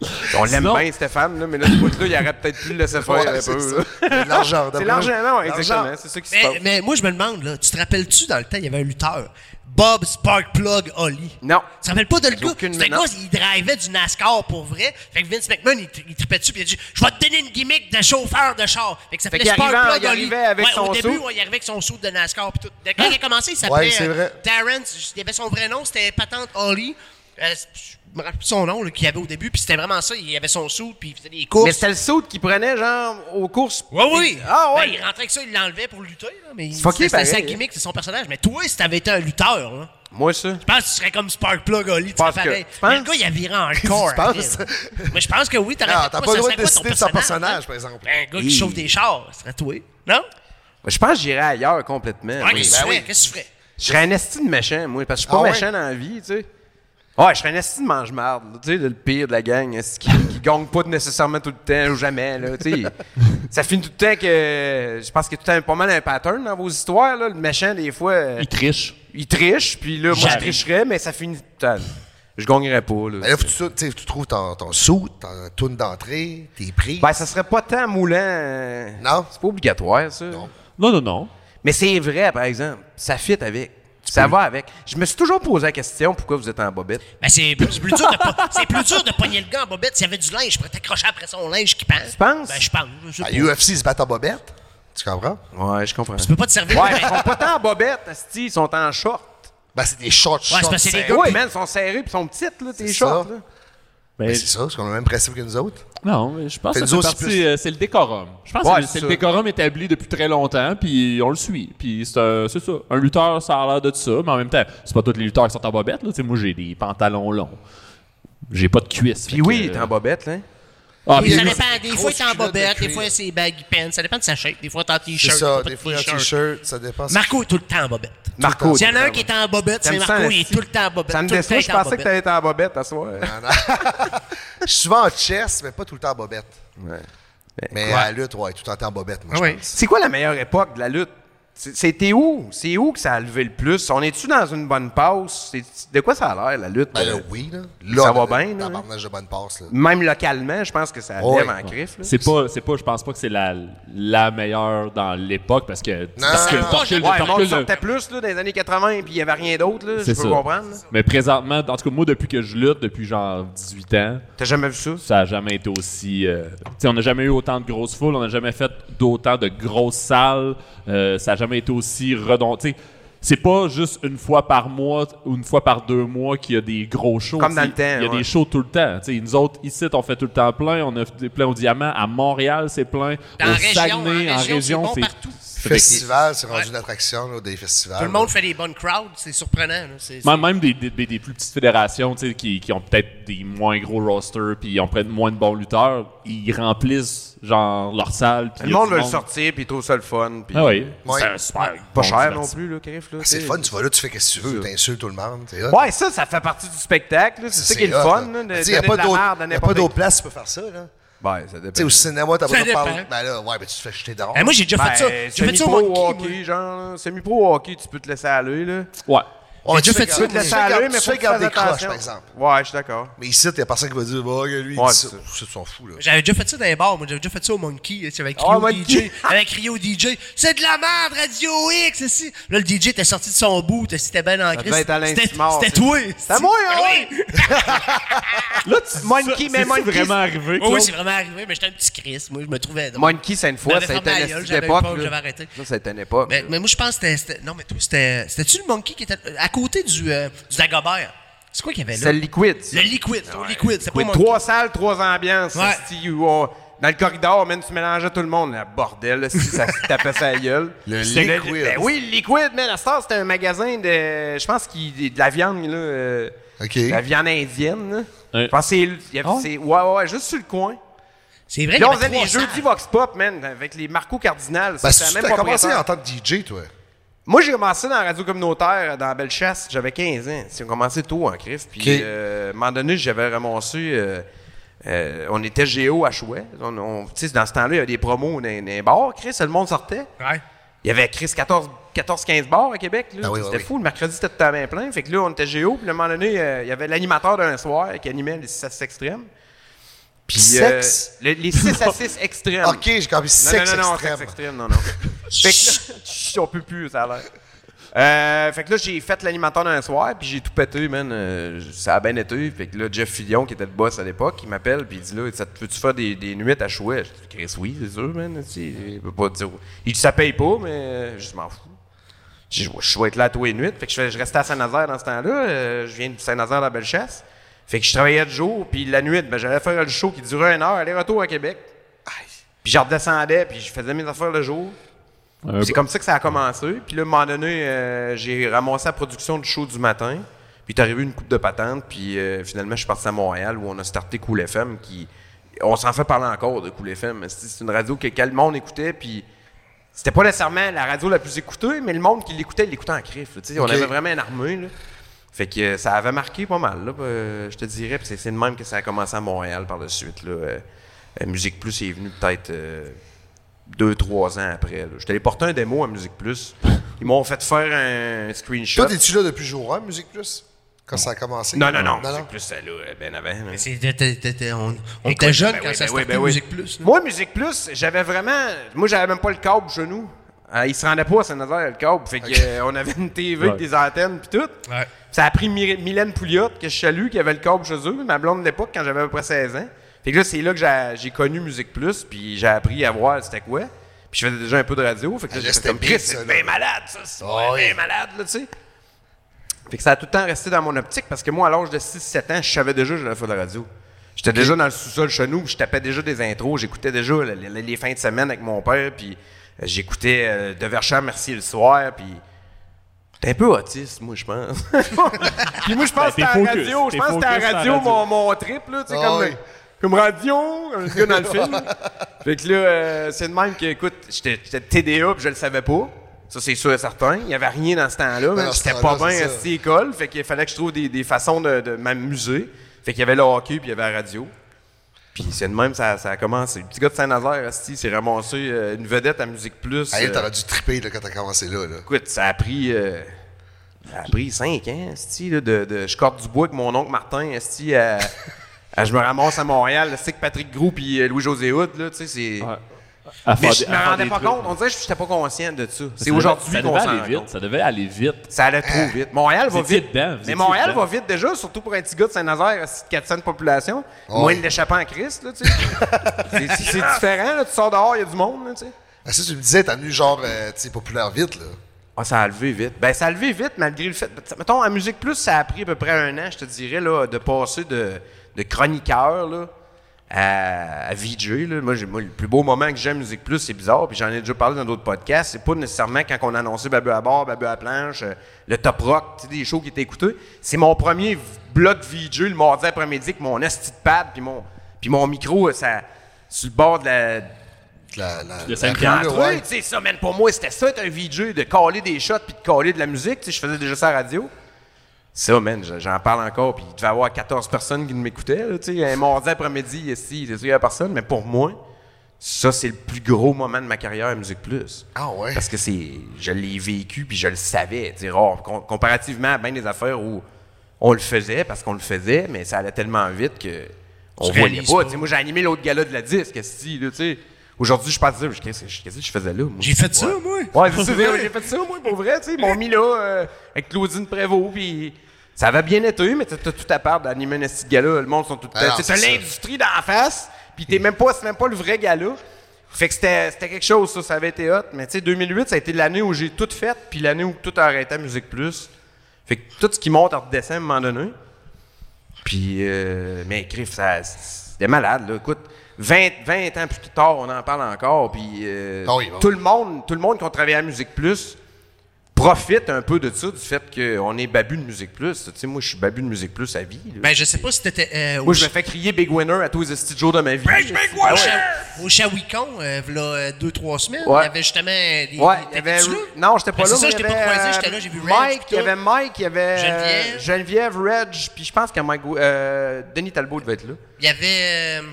H: tu- On l'aime
B: Sinon-
H: bien, Stéphane, là, mais là, ce bout-là, il aurait peut-être pu le laisser faire
A: Ouais,
H: un
A: c'est
H: peu.
A: ça. <laughs>
H: là.
A: De l'argent, de
H: C'est
A: plus.
H: l'argent, non,
A: L'argent.
H: exactement. C'est ça qui se passe.
C: Mais, mais moi, je me demande, là, tu te rappelles-tu dans le temps, il y avait un lutteur, Bob Sparkplug Holly.
H: Non.
C: Tu te rappelles pas de le
H: J'ai
C: gars?
H: aucune-
C: C'était un
H: non.
C: gars, il drivait du NASCAR pour vrai. Fait que Vince McMahon, il, tri- il tripait dessus, puis il a dit Je vais te donner une gimmick de chauffeur de char. Fait que ça
H: Fait
C: s'appelait
H: qu'il arrivait en-
C: Sparkplug
H: il
C: Holly.
H: arrivait avec
C: Ouais,
H: son
C: Au début,
H: saut. Hein?
C: ouais, il arrivait avec son saut de NASCAR. Puis tout. De- Quand il a commencé, il
A: Ouais,
C: s'appelait
A: c'est
C: euh,
A: vrai.
C: Terrence. Il avait son vrai nom, c'était Patente Holly. Euh, je me rappelle plus son nom là, qu'il y avait au début, puis c'était vraiment ça. Il avait son saut, puis il faisait des courses.
H: Mais c'était le saut qu'il prenait, genre, aux courses.
C: Ouais, oui.
H: Ah, ouais.
C: Ben, il rentrait avec ça, il l'enlevait pour lutter. Là, mais
H: C'est fucké,
C: c'était c'était sa
H: pareil, hein.
C: gimmick, c'est son personnage. Mais toi, si t'avais été un lutteur, là,
H: Moi, ça.
C: je pense que tu serais comme Sparkplug Oli. Tu
H: Parce
C: serais
H: que-
C: pareil.
H: tu
C: Mais
H: penses?
C: le gars, il a viré en corps.
A: Tu penses?
C: après, là. Mais je pense que oui, t'aurais
A: Non, t'as
C: fait quoi,
A: pas le droit
C: ça
A: de
C: serait quoi
A: décider de son
C: hein?
A: personnage, par exemple.
C: Ben, un gars qui
H: Hi.
C: chauffe des chars, ce serait toi. Non?
H: Je pense que j'irais ailleurs complètement.
C: Ouais,
H: Eh oui.
C: qu'est-ce que tu ferais? Qu'est-ce que tu ferais?
H: Je serais un esti de méchant, moi, parce que je suis pas
A: Ah ouais?
H: méchant dans la vie, tu sais. Ouais, je serais un esti de mange-marde, là, tu sais, le pire de la gang, esti, qui, qui gagne pas nécessairement tout le temps ou jamais, là, tu sais. Ça finit tout le temps que. Je pense que tout le temps pas mal un pattern dans vos histoires, là. Le méchant, des fois. euh,
B: Il triche.
H: il triche, puis là, moi, je
B: Jamais.
H: tricherais, mais ça finit tout le temps. Je gagnerais pas, là.
A: Mais Ben là, faut que tu, tu sais, tu trouves ton, ton sou, ton toune d'entrée, tes prix.
H: Ben, ça serait pas tant moulant. euh,
A: Non?
H: C'est pas obligatoire, ça.
B: Non, non, non.
H: Mais c'est vrai, par exemple. Ça fit avec. Ça va avec. Je me suis toujours posé la question pourquoi vous êtes en bobette.
C: Ben, c'est plus, c'est plus dur de pas- c'est plus dur de pogner le gars en bobette. S'il y avait du linge, je pourrais t'accrocher après son linge qui pend. Tu
H: penses?
C: Ben, je pense. je sais
A: À
C: pas.
A: UFC, ils se battent en bobette. Tu comprends?
H: Ouais, je comprends.
C: Tu peux pas te servir.
H: Ouais,
C: mais-
H: ils sont pas tant en bobette, asti, ils sont en short.
A: Ben, c'est des shorts, shorts.
C: c'est parce que c'est des
A: serrés.
C: gars-
H: Ouais, man, ils sont serrés puis ils sont petites, là, tes
A: Eh C'est
H: shorts.
A: ça.
H: là.
B: Mais
A: Ben, c'est ça, c'est qu'on a le même principe que nous autres.
B: non, mais je pense
A: Fait
B: que
A: nous
B: ça fait
A: autres,
B: partie,
A: c'est plus-
B: euh, c'est le décorum. Je pense
H: Ouais,
B: que
H: c'est
B: c'est- c'est
H: ça.
B: le décorum établi depuis très longtemps, puis on le suit. Puis c'est un- c'est ça. Un lutteur, ça a l'air de ça, mais en même temps, c'est pas tous les lutteurs qui sont en bobette. Là. Tu sais, Moi, j'ai des pantalons longs. J'ai pas de cuisses.
H: Puis
B: fait
H: oui,
B: que- euh,
H: t'es en bobette, là.
B: Ah,
C: Oui,
B: puis
C: ça
B: oui,
C: dépend. Des fois, il est en
A: culotte de
C: bobette, des
A: cuir.
C: fois, c'est baggy pants. Ça dépend de sa shape. Des fois, t'es en
A: C'est
C: t-shirt.
A: ça,
C: t'as pas
A: des
C: de
A: fois, il y a un t-shirt, ça dépasse.
C: Marco est tout le temps en bobette.
H: Marco.
C: S'il y en a
H: t'es
C: un qui est en bobette,
H: Ça
C: c'est
H: me sent
C: Marco, il est
H: esti.
C: tout le temps en bobette.
H: Ça me
C: Tout le temps,
H: déçoit,
C: il
H: je
C: est en
H: pensais que
C: bobette.
H: t'allais être en bobette à soir.
A: Je suis souvent en chess, mais pas tout le temps en bobette.
H: Ouais. Ben,
A: Mais à la lutte, ouais, tout le temps en bobette, moi,
C: Ah
A: je
C: oui.
A: pense.
H: C'est quoi la meilleure époque de la lutte? C'est- C'était où? C'est où que ça a levé le plus? On est-tu dans une bonne passe? C'est- De quoi ça a l'air, la lutte?
A: Ben là,
H: euh,
A: oui, là.
H: Ça
A: Là,
H: va
A: on a-
H: bien, là,
A: dans
H: hein?
A: Barnage de bonne passe, là.
H: Même localement, je pense que ça
A: Ouais.
H: lève en crif. là.
B: C'est pas, c'est pas, je pense pas que c'est la, la meilleure dans l'époque parce que. parce que
A: non, non.
B: Torquil-
H: Ouais, le monde
B: Torquil-
H: sortait plus là, dans les années 80 puis il n'y avait rien d'autre. là. Je
B: C'est
H: peux
B: ça.
H: comprendre. là.
B: Mais présentement, en tout cas, moi, depuis que je lutte, depuis genre 18 ans,
H: T'as jamais vu ça?
B: ça a jamais été aussi. euh, tu sais, on n'a jamais eu autant de grosses foules, on n'a jamais fait d'autant de grosses salles, euh, ça a jamais été aussi redond. tu sais, C'est pas juste une fois par mois ou une fois par deux mois qu'il y a des gros shows.
H: Comme dans
B: tu
H: le
B: sais,
H: temps,
B: Il y a
H: ouais.
B: des shows tout le temps. Tu sais, nous autres, ici, on fait tout le temps plein. On a fait plein au Diamant. À Montréal, c'est plein.
C: Dans
B: au
C: la région,
B: Saguenay,
C: en
B: en
C: région,
B: région,
C: c'est bon
B: c'est.
C: partout.
B: c'est-
A: Festival, c'est rendu une attraction, là, des festivals.
C: Tout
H: Ah,
C: le monde fait des bonnes crowds. C'est surprenant. là. C'est-
B: Même, même des, des- des- des plus petites fédérations tu sais, qui, qui ont peut-être des moins gros rosters puis ils en prennent moins de bons lutteurs, ils remplissent genre leur salle. puis
H: Le
B: y a
H: monde
B: du
H: veut le sortir puis il trouve ça le fun. puis
B: Ah oui.
A: Ouais.
B: C'est un super.
H: Pas
B: bon
H: cher non
B: divertissement.
H: plus, là, crif. là,
A: C'est
H: t'sais.
A: le fun, tu vas là, tu fais qu'est-ce que tu veux, t'insultes tout le monde. t'es là.
H: Ouais, ça, ça fait partie du spectacle. là. C'est ça qui est le
A: hot,
H: fun.
A: là. Ah,
H: là, de
A: Tu sais, y a
H: donner
A: pas
H: de la
A: d'autres-
H: merde à
A: y a
H: n'importe
A: pas
H: qui.
A: d'autres places où tu peux faire ça, là.
H: Ouais, ça dépend.
A: Tu sais, au cinéma, t'as pas
C: Ça
A: le droit de parler.
C: dépend.
A: Ben là, ouais, mais tu te fais jeter dehors.
C: Ah, Moi, j'ai déjà
H: Ben,
C: fait ça. J'ai fait ça au
H: semi-pro
C: Monkey.
H: au
C: moi.
H: hockey, genre. là. Semi-pro au hockey, tu peux te laisser aller, là.
B: Ouais.
A: On
C: j'ai déjà fait ça,
H: Tu peux te laisser aller, mais
A: tu fais
H: faut que tu
A: garder des
H: fasses
A: croches,
H: attention.
A: par exemple.
H: Ouais, je suis d'accord.
A: Mais ici, il y a personne qui va dire, bah, lui, il
H: Ouais,
A: dit ça.
H: c'est ça.
A: C'est son fou, là.
C: J'avais déjà fait ça dans les bars, moi. J'avais déjà fait ça au Monkey. là, tu sais, Avec
H: Oh,
C: Rio
H: Monkey.
C: DJ. Avec Rio DJ. C'est de la merde, Radio X, ici. Là, le DJ était sorti de son bout. C'était bien en crise.
H: devait être Alain Simard,
C: C'était
H: c'est-
C: toi.
H: C'est moi, hein,
C: Oui.
B: Là, tu
H: Monkey, mais
B: c'est
H: Monkey.
B: vraiment arrivé.
C: Oui,
B: Claude?
C: c'est vraiment arrivé, mais j'étais un petit Chris. Moi, je me trouvais drôle.
H: Monkey, c'est une fois,
C: J'avais
H: ça a été
C: fermé la
H: une
C: gueule,
H: petite
C: j'avais
H: époque.
C: peur,
H: là.
C: j'avais arrêté.
H: Ça, ça a été une époque.
C: Ben, Mais, mais moi, je pense que c'était- c'était. Non, mais toi, c'était. C'était-tu le monkey qui était à côté du, euh, du Dagobert? C'est quoi qu'il y avait là?
H: C'est le liquide. ça.
C: Le liquide. c'est au liquide. C'est pas
H: Oui,
C: monkey.
H: trois salles, trois ambiances.
C: Ouais.
H: esti, où on- dans le corridor, man, tu mélangeais tout le monde. là, bordel, là, si ça se tapait sa gueule.
A: <laughs> Le
H: C'était
A: liquid.
H: ben oui, le liquide, man. À cette heure, c'était un magasin de. Je pense qu'il de la viande, là. euh,
A: OK.
H: de La viande indienne, là.
B: Ouais.
H: Je pense que c'est. il y avait- c'est- Ouais, ouais, ouais, juste sur le coin.
C: C'est vrai.
H: Là, on
C: qu'il Ah. Eh, y
H: faisait
C: avait
H: des
C: trois
H: jeux
C: salles.
H: Vox Pop, man, avec les Marco Cardinal.
A: Ben,
H: c'était
A: si
H: la
A: tu t'as commencé
H: propriétaire.
A: en tant que DJ, toi.
H: Moi, j'ai commencé dans la radio communautaire, euh, dans Bellechasse. J'avais 15 ans. J'ai commencé tôt en crif. Puis,
A: Ok.
H: euh, à un moment donné, j'avais ramassé. euh, euh, on était géo à Chouet. On, on- tu sais, dans ce temps-là, il y avait des promos dans, dans les bars, Chris. Le monde sortait.
C: Ouais.
H: Il y avait Chris 14, 14-15 bars à Québec. là.
A: Ah oui, oui,
H: C'était
A: oui.
H: fou. Le mercredi, c'était tout à main plein. Fait que là, on était géo. Puis, à un moment donné, euh, il y avait l'animateur d'un soir qui animait les 6 à 6 extrêmes. Puis,
A: Sexe?
H: euh, le- les 6 à 6 extrêmes.
A: OK, j'ai compris.
H: Non,
A: Sexe
H: non, non, non,
A: <laughs> extrême.
H: <laughs> sexe extrême, non, non. fait que là, on peut plus, ça a l'air. Euh, fait que là, j'ai fait l'animateur d'un soir, puis j'ai tout pété, man. Euh, ça a bien été. Fait que là, Jeff Fillion, qui était le boss à l'époque, il m'appelle, puis il dit là, ça te peut-tu faire des, des nuits à chouette? Je dis, Chris, oui, c'est sûr, man. Tu sais, il peut pas dire. Il dit, ça paye pas, mais euh, je dis, m'en fous. Je dis, Ouais, je vais être là tous les nuits. Fait que je, fais- je restais à Saint-Nazaire dans ce temps-là. Euh, je viens de Saint-Nazaire, la Bellechasse. Fait que je travaillais de jour, puis la nuit, ben, j'allais faire le show qui durait une heure, aller-retour à Québec. Puis je redescendais, puis je faisais mes affaires le jour. Puis c'est comme ça que ça a commencé. Puis là, à un moment donné, euh, j'ai ramassé la production du show du matin. Puis est arrivé une coupe de patente. Puis euh, finalement, je suis parti à Montréal où on a starté Cool FM qui... On s'en fait parler encore de Cool FM. mais C'est c'est une radio que, que le monde écoutait. Puis c'était pas nécessairement la radio la plus écoutée, mais le monde qui l'écoutait, il l'écoutait en crif. là, tu sais. On
A: Ok.
H: avait vraiment une armée. là. Fait que euh, ça avait marqué pas mal, là, euh, je te dirais. Puis c'est- c'est de même que ça a commencé à Montréal par la suite. Là. Euh, euh, Musique Plus est venu peut-être euh, deux, trois ans après. là. Je t'allais porter un démo à Musique Plus. Ils m'ont fait faire un screenshot.
A: Toi, es-tu là depuis jour 1, Musique Plus? Quand ça a commencé?
H: Non, non, non. Musique Plus, c'était là, euh, ben avant. là.
C: on
H: Écoute,
C: était jeune
H: ben
C: quand
H: oui,
C: ça
H: ben
C: se
H: oui,
C: sortait
H: ben oui.
C: Musique Plus. là.
H: Moi, Musique Plus, j'avais vraiment. Moi, j'avais même pas le câble au genou. Euh, il se rendait pas à Saint-Nazaire, le câble. Fait que, euh, on avait une TV
B: Ouais.
H: avec des antennes puis tout. Ça a pris My- Mylène Pouliot, que je salue, qui avait le câble chez eux, ma blonde de l'époque, quand j'avais à peu près 16 ans. Fait que là, c'est là que j'ai- j'ai connu Musique Plus, puis j'ai appris à voir c'était quoi. Puis je faisais déjà un peu de radio. Fait que là, j'ai fait comme Chris, c'est bien malade, ça. C'est bien malade, là, tu sais. Fait que ça a tout le temps resté dans mon optique parce que moi, à l'âge de 6-7 ans, je savais déjà que j'allais faire de la radio. J'étais déjà dans le sous-sol chez nous, puis je tapais déjà des intros, j'écoutais déjà le- le- les, fins de semaine avec mon père, puis euh, j'écoutais euh, De Verchamp, Merci le soir, puis. T'es un peu autiste, moi, je pense. <laughs> puis moi, je pense que
B: Ben, t'es
H: c'était en
B: focus,
H: radio. Je
B: t'es
H: pense que c'était
B: focus,
H: en
B: t'es en
H: radio,
B: radio.
H: mon, mon trip, là, tu sais,
A: Ah
H: comme,
A: oui.
H: comme radio, comme le
A: <laughs>
H: gars dans le film. Fait que là, euh, c'est de même que, écoute, j'étais j'étais TDA, puis je le savais pas. Ça, c'est sûr et certain. Il n'y avait rien dans ce temps-là. même
A: dans
H: si
A: ce
H: C'était pas
A: temps-là, c'est
H: bien
A: ça.
H: à école. Fait qu'il fallait que je trouve des, des façons de, de m'amuser. Fait qu'il y avait le hockey, puis il y avait la radio. Puis c'est de même, ça, ça a commencé. Le petit gars de Saint-Nazaire, esti, s'est ramassé euh, une vedette à Musique Plus.
A: Hey,
H: euh,
A: t'aurais dû triper là, quand t'as commencé là. là.
H: Écoute, ça a pris. euh, ça a pris 5 ans, esti, là, de, de- Je corte du bois avec mon oncle Martin, esti, à- à- je me ramasse à Montréal, c'est que Patrick Groux puis euh, Louis-José Hood, là, tu sais, c'est.
B: À
H: Mais
B: faire
H: je
B: des-
H: me
B: à faire
H: rendais
B: des
H: pas
B: trucs.
H: compte, on dirait que je n'étais pas conscient de ça.
B: Ça
H: C'est
B: devait-
H: aujourd'hui
B: ça
H: qu'on
B: devait
H: s'en
B: aller
H: rend
B: vite.
H: compte.
B: Ça devait aller vite.
H: Ça allait trop vite. Montréal va
B: Vous étiez
H: vite.
B: dedans, vous
H: Mais
B: étiez
H: Montréal
B: dedans.
H: va vite déjà, surtout pour un petit gars de Saint-Nazaire, c'est de 400 de population.
A: Ouais.
H: Moi, il l'échappait en Christ, là, tu sais. C'est- c'est c'est différent, là, tu sors dehors, il y a du monde, là, tu sais.
A: Ah, ça, tu me disais, t'as venu genre, euh, tu sais, populaire vite, là.
H: Ah, ça a levé vite. Ben, ça a levé vite, malgré le fait. Mettons, à Musique Plus, ça a pris à peu près un an, je te dirais, là, de passer de, de chroniqueur là, à, à VJ. Là. Moi, j'ai- moi, le plus beau moment que j'ai à Musique Plus, c'est bizarre, puis j'en ai déjà parlé dans d'autres podcasts. C'est pas nécessairement quand on a annoncé Babu à bord, Babu à planche, euh, le top rock, tu sais, des shows qui étaient écoutés. C'est mon premier v- bloc VJ le mardi après-midi avec mon esti de pad, puis mon, puis mon micro, euh, ça, sur le bord de la,
A: La, la,
B: De
A: la
B: Sainte-Pierre.
A: rue, là,
H: oui, tu sais, ça, man, pour moi, c'était ça, être un VJ, de caler des shots puis de caler de la musique. Tu sais, je faisais déjà ça à la radio. Ça, man, j- j'en parle encore, puis il devait y avoir 14 personnes qui m'écoutaient, là, tu sais, un mardi après-midi, ici, il y a personne, mais pour moi, ça, c'est le plus gros moment de ma carrière à Musique Plus.
A: Ah ouais?
H: Parce que c'est, je l'ai vécu, puis je le savais, tu sais, rare, com- comparativement à bien des affaires où on le faisait parce qu'on le faisait, mais ça allait tellement vite que on voyait
C: réalises
H: pas.
C: pas.
H: Tu sais, moi, j'ai animé l'autre gala de la disque, esti, là, tu sais. Aujourd'hui, je passe dire, qu'est-ce que- qu'est-ce que je faisais là, moi?
C: J'ai fait ça,
H: Ouais.
C: moi.
H: Ouais, c'est ça, j'ai fait ça, moi, pour vrai, tu sais. Ils m'ont mis là, euh, avec Claudine Prévost, puis ça avait bien été, mais t'as t'as tout à part d'animer un esti de gala. Le monde sont tout
A: Ah non,
H: à C'est
A: c'est ça.
H: l'industrie d'en face, puis t'es même pas, c'est même pas le vrai gala. Fait que c'était c'était quelque chose, ça, ça avait été hot. Mais tu sais, 2008, ça a été l'année où j'ai tout fait, puis l'année où tout a arrêté à Musique Plus. Fait que tout ce qui monte en redescend à un moment donné. Puis, euh, mais Criff, ça, c'était malade, là. Écoute, 20, 20 ans plus tard, on en parle encore. Puis, euh,
A: Ah
C: bah
A: oui, bon.
H: tout, le monde, tout le monde qui a travaillé à Musique Plus profite un peu de ça, du fait qu'on est babu de Musique Plus. Tu sais, moi, je suis babu de Musique Plus à vie. là.
C: Ben, je sais pas si t'étais. euh, au
H: moi, je me fais crier Big Winner à tous les petits jours de ma vie.
C: Au Sha- Au Shawicon, euh, v'là euh, deux, trois semaines, il
H: Ouais.
C: y avait justement des.
H: Ouais,
C: des-
H: il y avait.
C: t'étais-tu là?
H: Non, j'étais pas
C: Ben,
H: là.
C: C'est ça,
H: mais
C: je t'ai
H: il y
C: pas
H: avait,
C: croisé,
H: euh,
C: j'étais là, j'ai vu Reg,
H: Mike, il y
C: tout.
H: avait Mike, il y avait. euh,
C: Geneviève.
H: Geneviève, Reg, puis je pense que Mike, euh, Denis Talbot devait être là.
C: Il y avait. euh,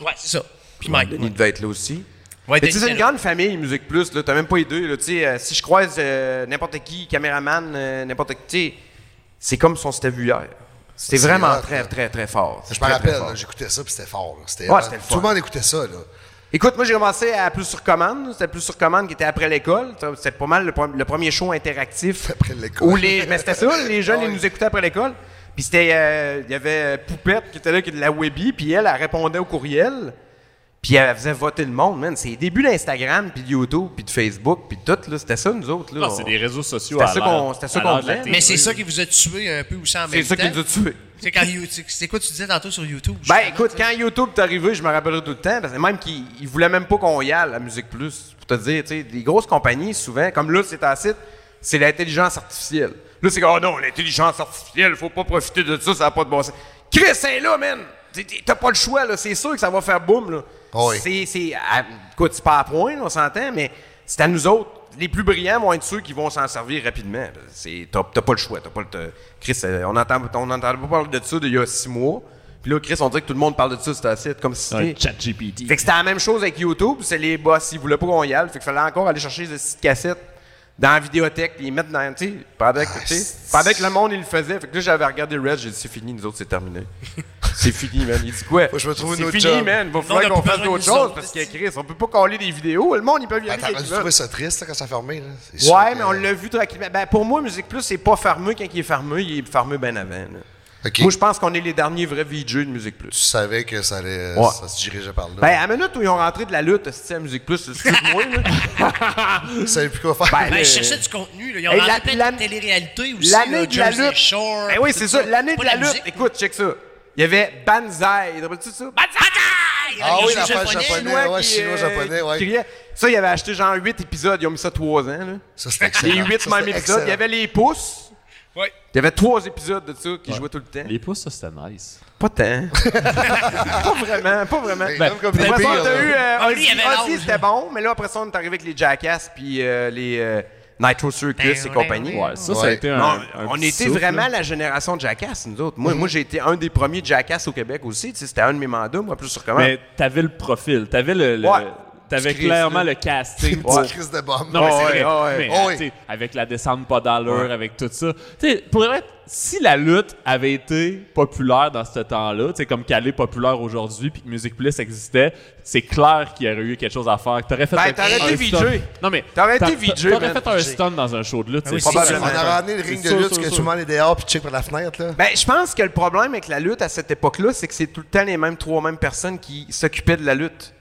C: Ouais, c'est ça. Puis Mike.
H: Denis devait être là aussi.
C: Ouais,
H: Mais tu
C: Denis
H: sais, c'est une
C: était là.
H: grande famille, Musique Plus. là. T'as même pas les deux. là. Tu sais, euh, si je croise euh, n'importe qui, caméraman, euh, n'importe qui, tu sais, c'est comme si on s'était vu hier. C'était
A: C'est
H: vraiment
A: hot,
H: très,
A: là.
H: très, très fort.
A: Je
H: Très,
A: me
H: très
A: rappelle,
H: fort.
A: là, j'écoutais ça, puis c'était fort. là. C'était
H: Ouais, c'était le
A: Tout
H: fun.
A: le monde écoutait ça, là.
H: Écoute, moi, j'ai commencé à plus sur commande. C'était plus sur commande qui était après l'école. Ça, C'était pas mal le, pre- le premier show interactif. Après
A: l'école.
H: les, mais c'était ça, les jeunes, ils nous écoutaient après l'école. Puis c'était. euh, Il y avait Poupette qui était là, qui était de la Webby, puis elle, elle répondait au courriel. Puis elle faisait voter le monde, man. C'est les débuts d'Instagram, puis de YouTube, puis de Facebook, puis tout, là. C'était ça, nous autres, là.
B: Ah, c'est des réseaux sociaux
H: C'était
B: à
H: ça
B: l'heure-
H: qu'on- c'était ça
B: à
H: qu'on
B: l'heure de la
H: faisait.
B: télé.
C: Mais c'est ça qui vous a tué un peu aussi en même temps.
H: C'est ça qui nous a tués.
C: C'est quand You- c'est- c'est quoi tu disais tantôt sur YouTube?
H: Ben
C: justement,
H: écoute,
C: tu sais?
H: quand YouTube est arrivé, je me rappellerai tout le temps, parce que même qu'ils ils voulaient même pas qu'on y aille à Musique Plus. Pour te dire, tu sais, des grosses compagnies, souvent, comme là, c'est acide, c'est l'intelligence artificielle. Là, c'est comme, oh non, l'intelligence artificielle, faut pas profiter de ça, ça n'a pas de bon sens. Chris, c'est là, man! T'es- t'es- T'as pas le choix, là, c'est sûr que ça va faire boum, là.
A: Oui.
H: C'est, c'est, à- écoute, c'est pas à point, là, on s'entend, mais c'est à nous autres. Les plus brillants vont être ceux qui vont s'en servir rapidement. C'est, t'as, t'as pas le choix. T'as pas le, t'as- Chris, euh, on n'entend on n'entendait pas parler de ça d'il y a six mois. Puis là, Chris, on dirait que tout le monde parle de ça sur ta site, comme si
B: Un
H: c'était...
B: chat GPT.
H: Fait que c'était la même chose avec YouTube. C'est les boss, ils voulaient pas qu'on y aille. Fait qu'il fallait encore aller chercher des petites cassettes dans la vidéothèque, puis les mettre dans... Tu sais, pendant que, tu sais, pendant que le monde, il le faisait. Fait que là, j'avais regardé Red, j'ai dit, c'est fini, nous autres,
A: <laughs>
H: c'est terminé. c'est fini, man. Il dit quoi?
A: Faut que je me trouve une
H: C'est
A: autre
H: fini,
A: job.
H: man. Va
A: Non,
H: falloir
A: on a
H: qu'on
A: plus
H: fasse
A: besoin
H: d'autres
A: de nous
H: choses
A: autres.
H: parce que Chris, on peut pas coller des vidéos. Le monde, ils peuvent y aller.
A: Ben, T'as
H: quand
A: dû
H: ils veulent.
A: trouver ça triste là, quand ça a fermé. là. C'est sûr
H: Ouais,
A: que-
H: mais on l'a vu tranquillement. Ben, pour moi, Musique Plus, c'est pas farmeux quand il est farmeux, il est farmeux ben avant. là.
A: Ok.
H: Moi, je pense qu'on est les derniers vrais VJ de Musique Plus.
A: Tu savais que ça allait.
H: Ouais.
A: Ça se dirigeait par là.
H: Ben, à la minute où ils ont rentré de la lutte, hostie, à Musique Plus, c'est moi, <laughs> là.
A: Tu savais plus quoi faire.
C: Ben,
H: euh,
C: je cherchais du contenu. Là. Ils ont
H: hey,
C: rendu
H: la-
C: plein
H: la-
C: de télé-réalité aussi. là,
H: L'année de la
C: Jersey
H: lutte.
C: Shore,
H: Ben oui,
C: tout
H: c'est ça. L'année de
C: Pas
H: la lutte.
C: musique.
H: Écoute, check ça. Il y avait Banzai. Tu te rappelles-tu de ça?
C: Banzai!
A: Ah
C: Le
A: oui,
C: jeu
A: la page
C: japonais.
A: japonaise,
H: Chinois
A: ouais,
H: qui,
A: chinois-japonais,
H: euh,
A: ouais.
H: qui criait. Ça, il avait acheté genre 8 épisodes. Ils ont mis ça 3 ans, là.
A: Ça, c'était
H: Les
A: excellent.
H: 8
A: Ça,
H: mêmes
A: c'était
H: épisodes. Il y
A: excellent.
H: avait les pouces.
C: Ouais.
H: Il y avait 3 épisodes de ça qui jouaient tout le temps.
B: Les pouces, ça, c'était nice.
H: Pas tant. <laughs> pas vraiment, pas vraiment.
A: Hey,
B: Ben,
A: comme comme
H: Après
A: les
H: ça,
A: pires,
H: on a
A: là.
H: eu euh,
C: Ah, lui, il
H: Ozzy,
C: avait l'âge.
H: Ozzy, c'était bon, mais là, après ça, on est arrivé avec les Jackass, puis euh, les euh, Nitro Circus et
C: Ben,
H: compagnie.
B: Ouais, ça, ça a
A: Ouais.
B: été
H: Non,
B: un. un
H: on
B: petit
H: était
B: souffle,
H: vraiment
B: là. Mhm.
H: la génération de Jackass, nous autres. Moi, moi j'ai été un des premiers Jackass au Québec aussi. Tu sais, C'était un de mes mandats, moi, plus sur comment.
B: Mais t'avais le profil. T'avais le. le-
H: Ouais.
B: T'avais
H: Christ,
B: clairement
H: là.
B: le casting.
A: Petite
B: Ouais.
A: crise de bombe.
B: Non, mais
H: Ah
B: c'est
H: ouais, ah
B: vrai.
H: ouais.
B: Mais,
A: Ah ouais.
B: tu sais, avec la descente pas d'allure, avec tout ça. Tu sais, pour vrai, si la lutte avait été populaire dans ce temps-là, tu sais, comme qu'elle est populaire aujourd'hui, puis que Music Plus existait, c'est clair qu'il y aurait eu quelque chose à faire. T'aurais fait
H: Ben,
B: un-
H: t'aurais
B: un
H: été
B: stunt.
H: VJ.
B: Non, mais
H: T'aurais
B: t'a-
H: été VJ,
B: T'aurais
H: man. Ah
B: fait un stunt dans un show de lutte.
C: oui,
B: c'est
C: c'est
A: On
B: sûr.
A: a ramené le ring
B: C'est
A: de
B: sûr,
A: lutte,
B: sûr,
A: que tout
B: sûr.
A: le monde est dehors puis check par la fenêtre. là.
H: Ben, je pense que le problème avec la lutte à cette époque-là, c'est que c'est tout le temps les mêmes trois mêmes personnes qui s'occupaient de la lutte.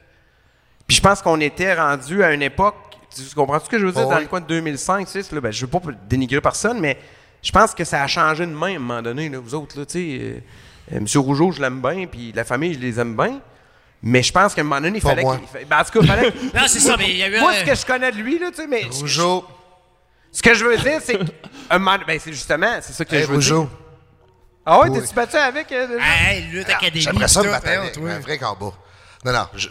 H: Puis je pense qu'on était rendu à une époque, tu comprends ce que je veux dire,
A: Ouais.
H: dans le coin de 2005, tu sais, c'est là, ben, je veux pas dénigrer personne, mais je pense que ça a changé de main à un moment donné, là, vous autres, là, tu sais, euh, euh, M. Rougeau, je l'aime bien, puis la famille, je les aime bien, mais je pense qu'à un moment donné, il
A: Pas
H: fallait...
A: moi.
H: qu'il- ben, en tout cas,
A: <laughs>
H: il fallait...
C: Non, c'est ça, mais il y a eu
H: Moi,
C: un-
H: ce que je connais de lui, là, tu sais, mais...
A: Rougeau.
H: Ce que je veux dire, c'est... qu'un moment- Ben, c'est justement, c'est ça que
A: Hey,
H: je veux dire.
A: Rougeau.
H: Ah ouais,
A: Oui.
H: t'es-tu battu avec... euh, déjà?
C: Ah, hey, lutte académie.
A: J'aimerais ça me
C: tout,
A: battre
C: hein,
A: avec
C: toi.
A: un vrai combat. Non, non. je-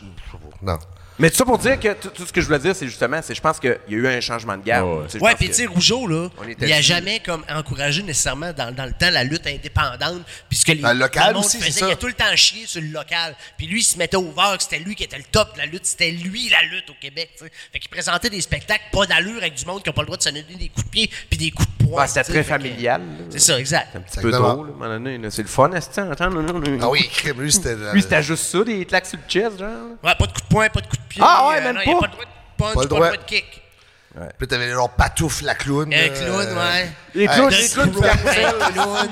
A: Non.
H: Mais tout ça pour dire que tout, tout ce que je voulais dire, c'est justement, c'est je pense qu'il y a eu un changement de guerre.
B: Ouais, ouais.
H: Tu sais, je
C: Ouais,
H: pense
C: puis
H: que-
C: tu sais, Rougeau, là,
H: On était
C: il a
H: dessus.
C: jamais comme encouragé nécessairement dans, dans le temps la lutte indépendante, puisque les
A: Dans le local
C: le monde
A: aussi, c'est
C: faisait,
A: ça.
C: il a tout le temps chié sur le local. Puis lui, il se mettait ouvert, que c'était lui qui était le top de la lutte, c'était lui la lutte au Québec. tu sais. Fait qu'il présentait des spectacles pas d'allure avec du monde qui n'a pas le droit de se donner des coups de pied puis des coups de poing.
H: Ouais, bah, c'était
C: tu sais,
H: très
C: fait que-
H: familial.
C: C'est ça, exact.
H: Un petit peu
A: Exactement.
H: trop, là, à un moment donné, là. C'est le fun, est-ce que tu entends? Non, non, non.
A: Ah oui, crime, lui, c'était.
H: Lui, c'était juste ça, des claques sur le chest, genre.
C: Ouais, pas de coups de poing, pas de coups de pied. euh,
H: Ah ouais, même
C: non, il y a
H: pas.
C: pas le droit de punch,
A: Pas
C: pas
A: le
C: le
A: droit.
C: droit de kick.
A: Puis t'avais genre Patouf, la clown.
C: Un
A: euh,
C: clown, ouais.
H: Les
A: clowns-
H: clous,
A: les
H: les
A: clowns
H: clous
A: du
H: du
C: Un clown.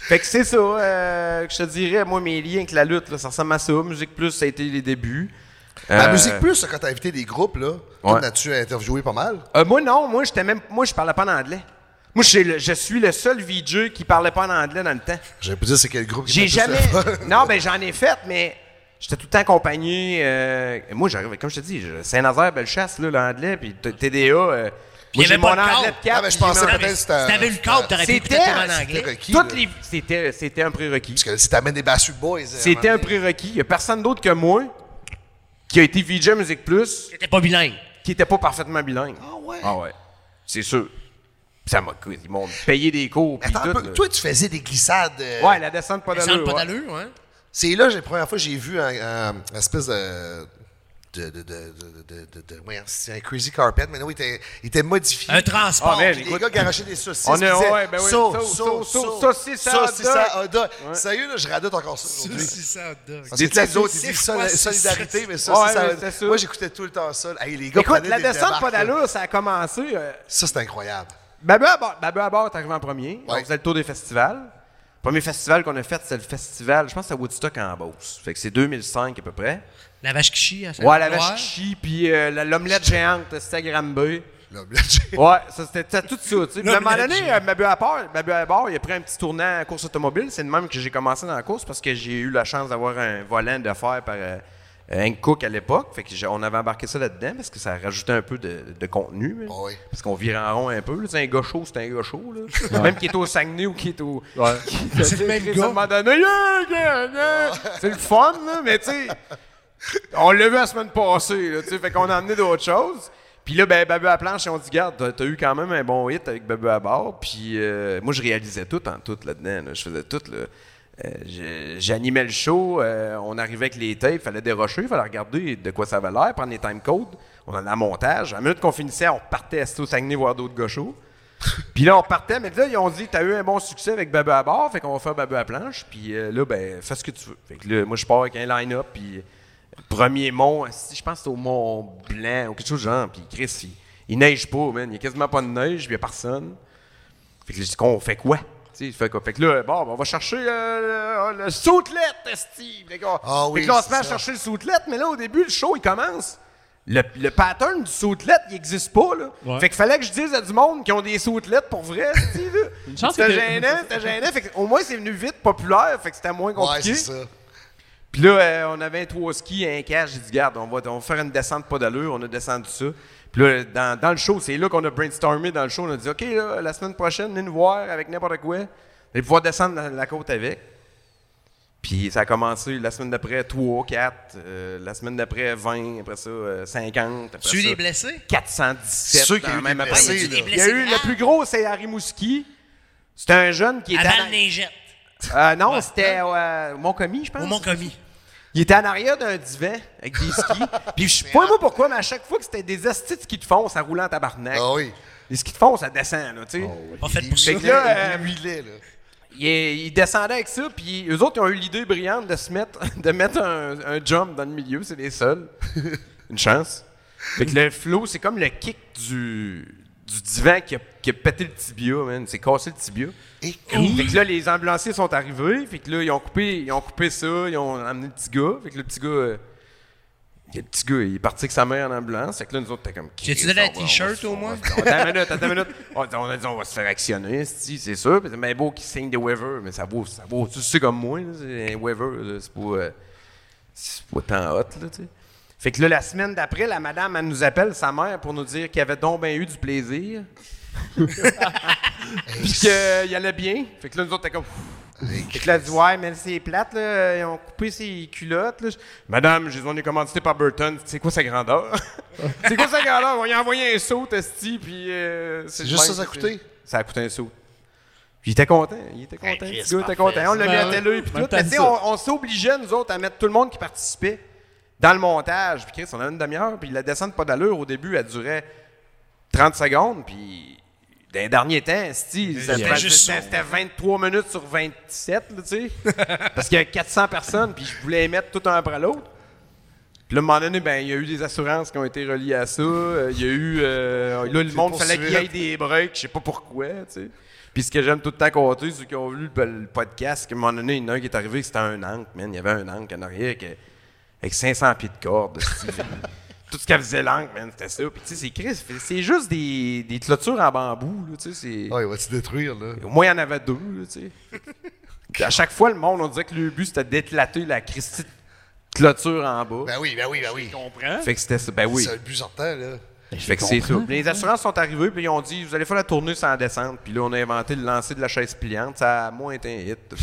H: Fait que c'est ça, euh, que je te dirais, moi, mes liens avec la lutte, là, ça ressemble à ça. Musique Plus, ça a été les débuts.
A: La
H: Euh,
A: musique plus, quand t'as invité des groupes, là,
H: Ouais.
A: t'en as-tu interviewé pas mal?
H: Euh, moi, non. Moi, j'étais même. Moi, je parlais pas en anglais. Moi, je suis le, je suis le seul VJ qui parlait pas en anglais dans le temps.
A: J'allais pas dire c'est quel groupe qui
H: J'ai
A: t'a
H: jamais.
A: plus le fun.
H: <laughs> non, ben j'en ai fait, mais j'étais tout le temps accompagné. euh, et moi, j'arrive, comme je te dis, je- Saint-Nazaire, Bellechasse, là, l'anglais, puis t- TDA. euh, moi,
C: il y
H: j'ai
C: avait
H: mon
C: pas de
H: anglais
C: cadre.
H: de quatre,
A: Ah, ben, je
H: puis j'ai
A: pensais
H: mon-
A: peut-être
C: mais
A: que
C: Si
A: c'était un-
C: t'avais eu le cadre, t'aurais pu
H: C'était-
C: peut-être faire en
A: C'était
C: anglais.
A: requis,
H: Toutes
A: là.
H: les. C'était, c'était un prérequis.
A: Parce que si t'amènes des Backstreet Boys. euh,
H: C'était
A: à
H: un
A: moment donné,
H: prérequis. Il n'y a personne d'autre que moi qui a été VJ Musique Plus
C: T'étais pas bilingue.
H: qui n'était pas parfaitement bilingue. Ah ouais? Ah ouais. C'est sûr. Puis Ça m'a, ils m'ont payé des cours. puis
A: Attends un
H: tout,
A: peu,
H: là.
A: toi, tu faisais des glissades. euh,
H: Ouais, la descente pas
C: Ça n'a
H: d'allure.
C: pas
H: ouais.
C: d'allure, hein?
A: C'est là, j'ai- la première fois, j'ai vu un, un- un espèce de de, de, de, de, de, de, de- voyons, c'est un crazy carpet, mais non, il était, il était modifié.
C: Un transport.
A: Ah,
C: Ah, man,
A: puis les
C: écoute.
A: gars garochaient des saucisses.
H: On est-
A: ils disaient,
H: ouais, ben oui,
A: Sauce,
H: sauce,
A: sauce, sauce,
H: sauce, saucisses à hot
A: saucisses
H: dog.
A: à hot dog.
H: Ouais.
A: Sérieux, là, je radote encore ça aujourd'hui.
C: Saucisses à hot dog.
A: Parce que
H: Des
A: tu sais, les
H: saucisses,
A: autres, ils disent
H: quoi,
A: sol-
H: c'est-
A: solidarité, mais ça,
H: Ouais,
A: c'est ça.
H: mais c'est ça.
A: Moi, j'écoutais tout le temps ça. Hey, les gars
H: Écoute,
A: prenaient
H: la
A: des
H: descente pas
A: débarques, là.
H: d'allure, ça a commencé. euh,
A: Ça, c'est incroyable.
H: Babu à bord, Babu à bord est arrivé en premier. On
A: Ouais.
H: faisait le tour des festivals. Le premier festival qu'on a fait, c'est le festival, je pense que c'est à Woodstock en Beauce. Fait que c'est 2005 à peu près.
C: La vache qui chie hein, à
H: Ouais, la
C: Saint-Noir.
H: vache qui chie, puis euh, la- l'omelette géante, c'était à Granby.
A: Là, là, j'ai-
H: Ouais, ça c'était c'était tout ça, tu sais. Puis à un moment
C: L'omelette
H: donné, euh, Babu à part, Babu à bord, il a pris un petit tournant à course automobile. C'est de même que j'ai commencé dans la course parce que j'ai eu la chance d'avoir un volant de fer par euh, Hank Cook à l'époque. Fait que j'ai- on avait embarqué ça là-dedans parce que ça rajoutait un peu de, de contenu. là.
A: Ah oui.
H: Parce qu'on vire en rond un peu. là. C'est un gars chaud, c'est un gars chaud. Là. Même qui est au Saguenay ou qui est au. c'est le même gars. C'est le fun, là, mais tu sais. On l'a vu la semaine passée, là, tu sais, fait qu'on a amené d'autres choses. Puis là, ben, Babu à planche, et on dit, garde, t'as- t'as eu quand même un bon hit avec Babu à bord. Puis euh, moi, je réalisais tout en tout là-dedans. là. Je faisais tout. là. Euh, je- J'animais le show, euh, on arrivait avec les tapes, fallait dérocher, fallait regarder de quoi ça avait l'air, prendre les time codes. On allait à montage. À la minute qu'on finissait, on partait à Sto Saguenay voir d'autres gauchos. Puis là, on partait, mais là, ils ont dit, t'as eu un bon succès avec Babu à bord, fait qu'on va faire Babu à planche, puis euh, là, ben, fais ce que tu veux. Fait que là, moi, je pars avec un line-up, puis le premier mont, si, je pense que c'est au Mont Blanc, ou quelque chose de genre, puis Chris, il, il neige pas, man, il y a quasiment pas de neige, puis il y a personne. Fait que là, je dis, qu'on fait quoi? Tu sais, fait, quoi? fait que là, bon, ben, on va chercher euh, le, le soutelette, esti! Fait qu'on-
A: Ah oui,
H: fait que là, on se
A: c'est
H: met à
A: ça.
H: chercher le soutelette, mais là, au début, le show, il commence. Le, le pattern du soutelette, il existe pas, là.
B: Ouais.
H: Fait qu'il fallait que je dise à du monde qui ont des soutelettes pour vrai, <laughs> esti, là.
B: Une chance que
H: C'était
B: t'es-
H: gênant, c'était gênant. Fait que, au moins, c'est venu vite, populaire, fait que c'était moins
A: Ouais,
H: compliqué.
A: c'est ça.
H: Puis là, euh, on avait un trois skis, un cash. J'ai dit, garde, on va, on va faire une descente pas d'allure. On a descendu ça. Puis là, dans, dans le show, c'est là qu'on a brainstormé dans le show. On a dit, OK, là, la semaine prochaine, venez nous voir avec n'importe quoi. Vous allez pouvoir descendre la, la côte avec. Puis ça a commencé la semaine d'après 3, 4, euh, la semaine d'après 20, après ça euh, 50. Après
C: Tu as eu
H: ça,
C: des blessés?
H: 417.
A: Ceux qui ont
H: dans
A: eu
H: la
A: des
H: même après-
A: blessés,
H: Il y a eu,
C: là.
H: le plus gros, c'est Harry Mouski. C'était un jeune qui était.
C: À
H: à-
C: Val-Neigette.
H: Euh, non, c'était euh, au Montcommis, je pense.
C: Au Mont-Commis.
H: Il était en arrière d'un divan avec des skis. Puis je sais pas moi pourquoi, mais à chaque fois que c'était des astis de skis de fond, ça roulait en tabarnak.
A: Ah oui.
H: Les skis de fond, ça descend, là, tu sais.
C: Pas fait pour ça.
H: Fait que là, euh,
A: Il huilait, là.
H: il, il descendait avec ça, puis eux autres, ils ont eu l'idée brillante de se mettre, <laughs> de mettre un, un jump dans le milieu, c'est les seuls. Une chance. Fait que le flow, c'est comme le kick du, du divan qui a, qui a pété le tibia, man. C'est cassé le tibia.
A: Et
H: Fait que là, les ambulanciers sont arrivés. Fait que là, ils ont coupé, ils ont coupé ça. Ils ont amené le petit gars. Fait que le petit gars. euh, le petit gars, il est parti avec sa mère en ambulance. Fait que là, nous autres, t'es comme.
C: J'ai-tu
H: Chris,
C: donné
H: on
C: un
H: va- on va-
C: t-shirt, au
H: on va-
C: moins?
H: on- Attends une minute,
C: <laughs>
H: attends une minute. On, on a dit, on va se faire actionner, c'ti, c'est sûr. Puis, mais beau qu'il signe des waivers, mais ça vaut, ça vaut. Tu sais, comme moi, là, c'est un waiver, là, c'est pas. euh, c'est pas tant hot, là, tu sais. Fait que là, la semaine d'après, la madame, elle nous appelle, sa mère, pour nous dire qu'il avait donc bien eu du plaisir. Puis qu'il allait bien. Fait que là, nous autres, t'es comme. Fait que là, elle dit, ouais, mais c'est plate, là. Ils ont coupé ses culottes, là. Je- Madame, je- on est commandité par Burton. C'est quoi sa grandeur? <laughs> c'est quoi sa grandeur? On lui a envoyé un saut, Esti, puis. euh, c'est
A: Juste
H: même
A: ça, ça a
H: que-
A: coûté?
H: Ça a coûté un saut. Puis il était content, il était content.
C: Hey,
H: le
C: Chris,
H: petit gars
C: parfait,
H: était content. On l'a
B: ça.
H: mis à
B: Ben
H: la
B: oui.
H: télé, puis
B: Même
H: tout.
B: temps
H: Mais
B: que
H: tu sais,
B: ça.
H: on, on s'obligeait, nous autres, à mettre tout le monde qui participait dans le montage. Puis Chris, on avait une demi-heure, puis la descente pas d'allure au début, elle durait 30 secondes, puis dans les derniers temps, esti, ça-
C: c'était
H: ça-
C: juste
H: ça-
C: ça.
H: c'était 23 minutes sur 27, là, tu sais. parce qu'il y a 400 personnes, puis je voulais les mettre tout un après l'autre. Puis là, à un moment donné, ben, il y a eu des assurances qui ont été reliées à ça. euh, Il y a eu. euh, là, le
A: Des
H: monde, fallait qu'il y ait
A: poursuites.
H: des breaks, je sais pas pourquoi, tu sais. Puis ce que j'aime tout le temps compter, ceux qui ont vu le, le podcast, qu'à un moment donné, il y en a un qui est arrivé, c'était un ancre, man. Il y avait un ancre en arrière que- avec 500 pieds de corde. <laughs> esti. Fait que tout ce qu'elle faisait l'ancre, man, c'était ça. Puis tu sais, c'est Chris, fait- c'est juste des, des clôtures en bambou, là, tu sais. c'est-
A: Ah, il va se détruire, là.
H: Au moins, il y en avait deux, là, tu sais. Puis à chaque fois, le monde, on disait que le but, c'était d'éclater la Christie de clôture en bas.
A: Ben oui, ben oui, ben oui.
H: Fait que c'était ça. Ben oui.
A: C'est le but sortant, là.
H: Fait que c'est ça. Puis Les assurances sont arrivées, puis ils ont dit Vous allez faire la tournée sans descente. Puis là, on a inventé le lancer de la chaise pliante. Ça a moins été un hit.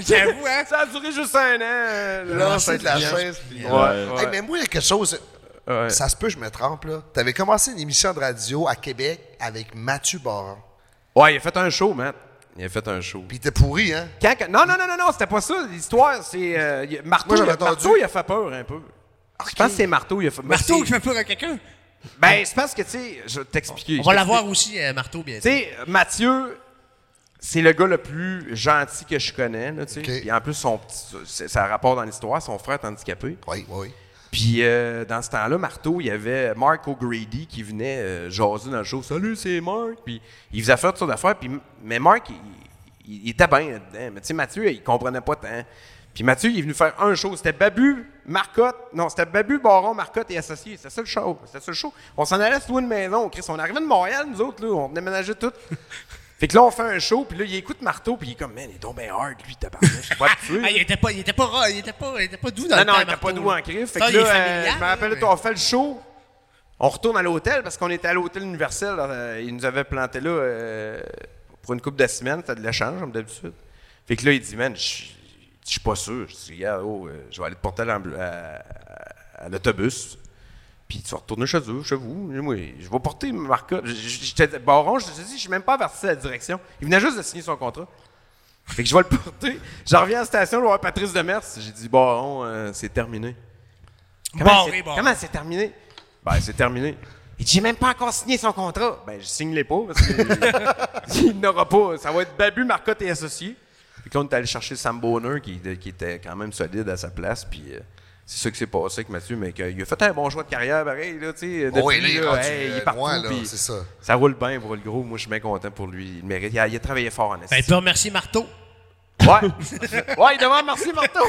C: <laughs> J'avoue, hein?
H: ça a duré juste un an. euh, le
A: Lancer de la
H: pliante.
A: chaise. euh,
H: Ouais.
A: Hey, mais moi, il y a quelque chose.
H: Ouais.
A: Ça se peut, je me trompe, là. T'avais commencé une émission de radio à Québec avec Mathieu Baron.
H: Ouais, il a fait un show, man. Il a fait un show.
A: Puis il était pourri, hein.
H: Quand- quand- non, non, non, non, non, c'était pas ça. L'histoire, c'est. euh, il- Marteau,
A: Moi, j'avais
H: il a-
A: entendu.
H: Marteau, il a fait peur un peu. Je pense que c'est Marteau. Il a fait,
C: Marteau
H: c'est-
C: qui fait peur à quelqu'un.
H: Ben, c'est parce que, tu sais, je vais t'expliquer.
C: On va l'avoir aussi, euh, Marteau, bien
H: Tu sais, Mathieu, c'est le gars le plus gentil que je connais. Là, tu sais. Puis en plus, son petit- c'est- ça a rapport dans l'histoire, son frère est handicapé.
A: Oui, oui.
H: Puis euh, dans ce temps-là, Marteau, il y avait Mark O'Grady qui venait euh, jaser dans le show. Salut, c'est Mark. Puis il faisait faire toutes sortes d'affaires. Puis, mais Mark, il, il- il était bien là-dedans. Mais tu sais, Mathieu, il comprenait pas tant. Puis Mathieu, il est venu faire un show. C'était Babu, Marcotte. Non, c'était Babu, Baron, Marcotte et Associés. C'était ça le show. C'était ça le show. On s'en allait se louer une maison. Chris, on arrivait de Montréal, nous autres, là. On déménageait tout. fait que là, on fait un show. Puis là, il écoute Marteau. Puis il est comme, man, il est donc bien hard, lui, tabarnak. Je sais pas
C: <laughs>
H: le tuer.
C: Ah, il était pas, il était pas, ra- il était pas, il était pas doux dans
H: Non,
C: le
H: non,
C: temps,
H: il était pas
C: Marteau,
H: doux
C: là.
H: en crise. Fait
C: Ça,
H: que
C: il est
H: là, euh,
C: familial, hein,
H: je me rappelle,
C: mais-
H: là, on fait le show. On retourne à l'hôtel parce qu'on était à l'hôtel universel. euh, ils nous avaient planté là euh, pour une couple de semaines. C'était de l'échange, comme d'habitude. Fait que là, il dit, man, je suis- je suis pas sûr. Je dis, regarde, oh, euh, je vais aller te porter à l'ambu- à, à l'autobus. Puis tu vas retourner chez eux, chez vous. Et moi, je vais porter Marcotte. Je- je- J'étais baron, je te dis, je suis même pas averti de la direction. Il venait juste de signer son contrat. Fait que je vais le porter. Je reviens à la station, je vais voir Patrice Demers. J'ai dit, bon, euh, c'est terminé. Comment
C: Barré,
H: c'est-
C: barré.
H: comment c'est terminé? Ben, c'est terminé. Il dit, j'ai même pas encore signé son contrat. Ben, je signe les pas parce <laughs> qu'il n'aura pas. Ça va être Babu, Marcotte et associés. Fait que là, on est allé chercher Sam Bonner qui, qui était quand même solide à sa place. Puis euh, c'est ça qui s'est passé avec Mathieu, mais qu'il a fait un bon choix de carrière pareil. Là, tu sais,
A: Oh Oui,
H: depuis,
A: là, il est
H: là,
A: rendu,
H: hey, il est
A: euh,
H: partout.
A: loin, là,
H: puis
A: c'est ça.
H: ça roule bien, il roule gros. Moi, je suis bien content pour lui. Il le mérite. Il a, il a travaillé fort en
C: Ben,
H: esti.
C: il peut remercier Marteau.
H: Ouais. <laughs> ouais, il devrait remercier Marteau.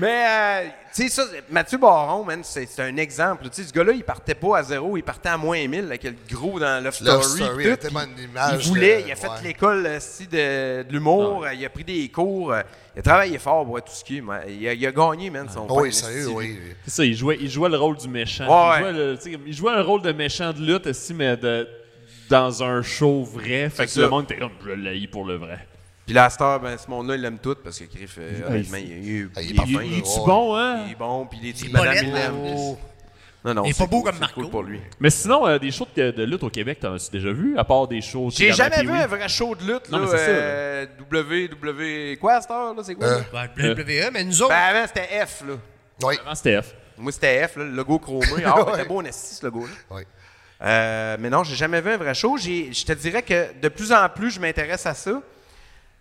H: Mais, euh, tu sais, ça, Mathieu Baron, man, c'est c'est un exemple. Tu sais, ce gars-là, il partait pas à zéro, il partait à moins 1000, là, quel gros dans Love Story.
A: Love Story,
H: tout,
A: il y a
H: puis
A: tellement d'images
H: Il voulait,
A: de-
H: il a fait
A: ouais.
H: l'école euh, si, de, de l'humour, euh, il a pris des cours, euh, il a travaillé fort pour être tout ce qui est, man. Il a, il a gagné, man, son
A: Ah Oui,
H: pain,
A: sérieux,
H: esti.
A: oui.
B: C'est ça, il jouait, il jouait le rôle du méchant.
H: Ouais,
B: il, jouait
H: ouais.
B: le- tu sais, il jouait un rôle de méchant de lutte, aussi, mais de- dans un show vrai. Fait que
H: ça.
B: le monde était comme, je l'ai pour le vrai.
H: Puis la star, ben, ce monde-là, il l'aime tout parce que Griff, euh,
B: Ah,
H: honnêtement,
B: il-
H: il, il, il,
A: il est
H: il-
A: parfait,
H: il-
A: là,
H: il-
A: ouais.
B: Bon, hein?
H: il est bon, puis il est
C: Il est
H: Madame,
C: pas
H: il
C: laid,
H: l'aime.
C: là.
H: Non, non,
C: Il est
H: c'est
C: pas beau
H: cool,
C: comme
H: c'est cool
C: Marco.
H: pour lui.
B: Mais sinon, euh, des shows de, de lutte au Québec, t'en as-tu déjà vu? À part des shows... tu sais,
H: J'ai
B: comme à
H: jamais vu
B: Pee-wee.
H: un vrai show de lutte,
B: Non,
H: là.
B: mais c'est ça,
H: euh, W, W. Quoi à cette heure, là? C'est quoi?
A: Euh.
H: là?
C: Ben, le WWE, mais nous autres,
H: Ben, avant, c'était F, là.
A: Oui,
B: Avant, c'était F.
H: Moi, c'était F, là, le logo chromé.
B: <laughs>
H: Ah, ouais, c'était beau, on a six, ce logo-là.
A: oui.
H: Euh, mais non, j'ai jamais vu un vrai show. J'ai- Je te dirais que de plus en plus, je m'intéresse à ça.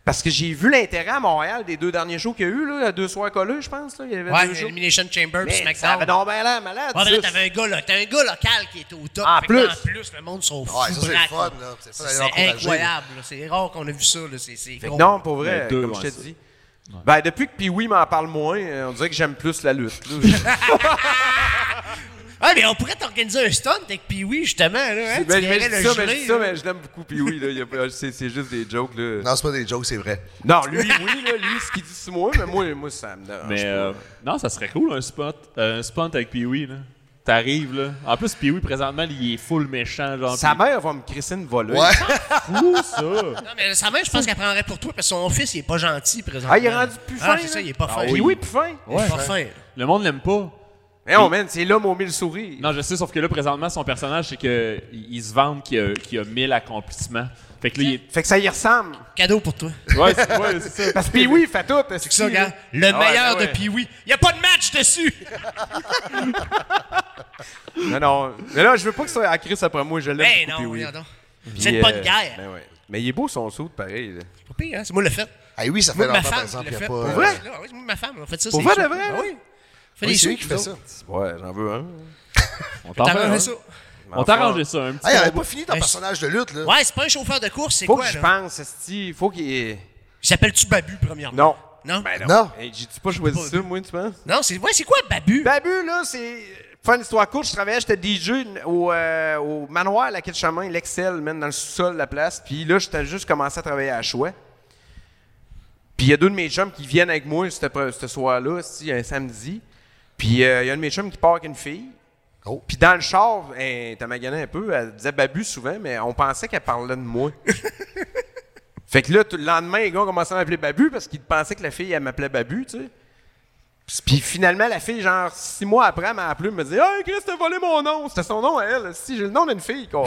H: Parce que j'ai vu l'intérêt à Montréal des deux derniers shows qu'il y a eu, là, deux soirs collés, je pense. Là. Il y avait deux
C: ouais,
H: shows.
C: Elimination Chamber puis
H: E. Mais ça avait
C: SmackDown.
H: donc bien l'air malade.
C: Ouais, Ah, mais là,
H: ça.
C: t'avais un gars, là, t'as un gars local qui était au top.
H: En
C: Fait que là,
H: Ah, plus.
C: en plus, le monde sont fous.
A: Ouais, ça, c'est le
C: braque,
A: fun,
C: là.
A: là. C'est ça, d'aller
C: C'est
A: l'encourager.
C: incroyable. là. C'est rare qu'on a vu ça. Là. C'est, c'est
H: Fait que
C: con.
H: non, pour vrai,
B: Mais deux,
H: comme je
B: ouais,
H: te
B: ça.
H: dis. Ben, depuis que Pee-Wee m'en parle moins, euh, on dirait que j'aime plus la lutte. là.
B: <laughs>
C: Ah, mais on pourrait t'organiser un stunt avec Pee-Wee, justement. Là, hein?
H: Ben,
C: Tu
H: mais je
C: verrais
H: dis
C: le
H: ça, mais je
C: jury,
H: dis ça,
C: là.
H: mais je l'aime beaucoup, puis oui, là, il y a pas- <laughs> c'est c'est juste des jokes, là. Non,
A: Non, c'est pas des jokes, c'est vrai.
H: lui, oui, là, lui, ce qu'il dit sur moi, mais moi, moi ça me dérange
B: Mais
H: pas.
B: euh, non, ça serait cool, un spot. euh, un spot avec Pee-wee, là. T'arrives, là. En plus, Pee-wee, présentement, il est full méchant, genre...
H: Sa mère va me crisser une volée.
A: Ouais.
B: puis- Fou, ça!
C: Non, mais sa mère, je pense qu'elle prendrait pour toi parce que son fils, il est pas gentil présentement.
H: Ah, il est rendu plus fin,
C: Ah, c'est
H: là.
C: ça, il est pas fin.
H: Puis oui, puis fin.
C: Il est pas fin.
B: Le monde l'aime pas.
H: Mais non, man, c'est l'homme au mille souris.
B: Non, je sais, sauf que là, présentement, son personnage, c'est que il il se vante qu'il a, qu'il a 1000 accomplissements. Fait que là, il est...
H: Fait que ça y ressemble.
C: Cadeau pour
H: <laughs>
C: toi.
B: Ouais, c'est ouais, c'est ça.
H: Parce que Pee-Wee, il fait tout.
C: C'est ça, gars. Le
H: Ah
C: meilleur de
H: Pee-Wee.
C: Pee-Wee. Il n'y a pas de match
H: <laughs>
C: dessus.
H: Non, non. Mais là, je veux pas que ça soit à crise après moi, je l'aime.
C: Ben
H: beaucoup,
C: non,
H: Pee-Wee.
C: regarde donc.
H: Puis,
C: C'est pas de
H: euh,
C: guerre.
H: ben ouais. Mais il est beau son saut, pareil. là.
C: Pas pire, hein? C'est moi le fait.
A: Ah oui, ça fait
C: Moi, ma
A: longtemps, par
C: femme,
A: exemple,
C: qui
A: il n'y a
C: l'a fait.
A: pas.
C: Pour
A: euh,
C: vrai? là, ouais, c'est moi, ma femme, on fait ça.
H: Pour
C: c'est
H: vrai,
C: sûr.
H: de vrai,
C: Ben
H: là?
C: Oui. Fait
A: Oui,
C: des
A: c'est lui
C: sous.
A: qui fait ça.
H: Ouais, j'en veux un.
B: On
H: Ah,
B: t'en fait
C: T'as
B: un.
C: ça.
B: On t'a arrangé ça, un petit
A: Hey, on Ah, avait
B: combo.
A: pas fini ton
C: Ben,
A: personnage de lutte, là.
C: Ouais, c'est pas un chauffeur de course, c'est
H: Faut
C: quoi,
H: que je
C: là?
H: pense, Esti. Faut qu'il.
C: J'appelle-tu Babu, premièrement?
H: Non. Ben.
C: Non?
A: Non.
H: Hey, J'ai-tu Hein? pas choisi
C: Pas-
H: ça, moi, tu penses?
C: Non, c'est ouais, c'est quoi Babu?
H: Ben, Babu, là, c'est. Pour faire une histoire courte, je travaillais, j'étais DJ au, euh, au manoir à la quête chemin, l'Excel, même dans le sous-sol de la place. Puis là, j'étais juste commencé à travailler à Chouet. Puis il y a deux de mes chums qui viennent avec moi ce ce soir-là, c'est un samedi. Puis euh, il y a un de mes chums qui part avec une fille.
A: Oh.
H: Puis dans le char, elle t'a magané un peu, elle disait Babu souvent, mais on pensait qu'elle parlait de moi. fait que là, tout le lendemain, les gars ont commencé à m'appeler Babu parce qu'ils pensaient que la fille, elle m'appelait Babu, tu sais. Puis finalement, la fille, genre, six mois après, elle m'a appelé, elle me dit Hey, Chris, t'as volé mon nom. C'était son nom à elle. Si, j'ai le nom d'une fille, quoi.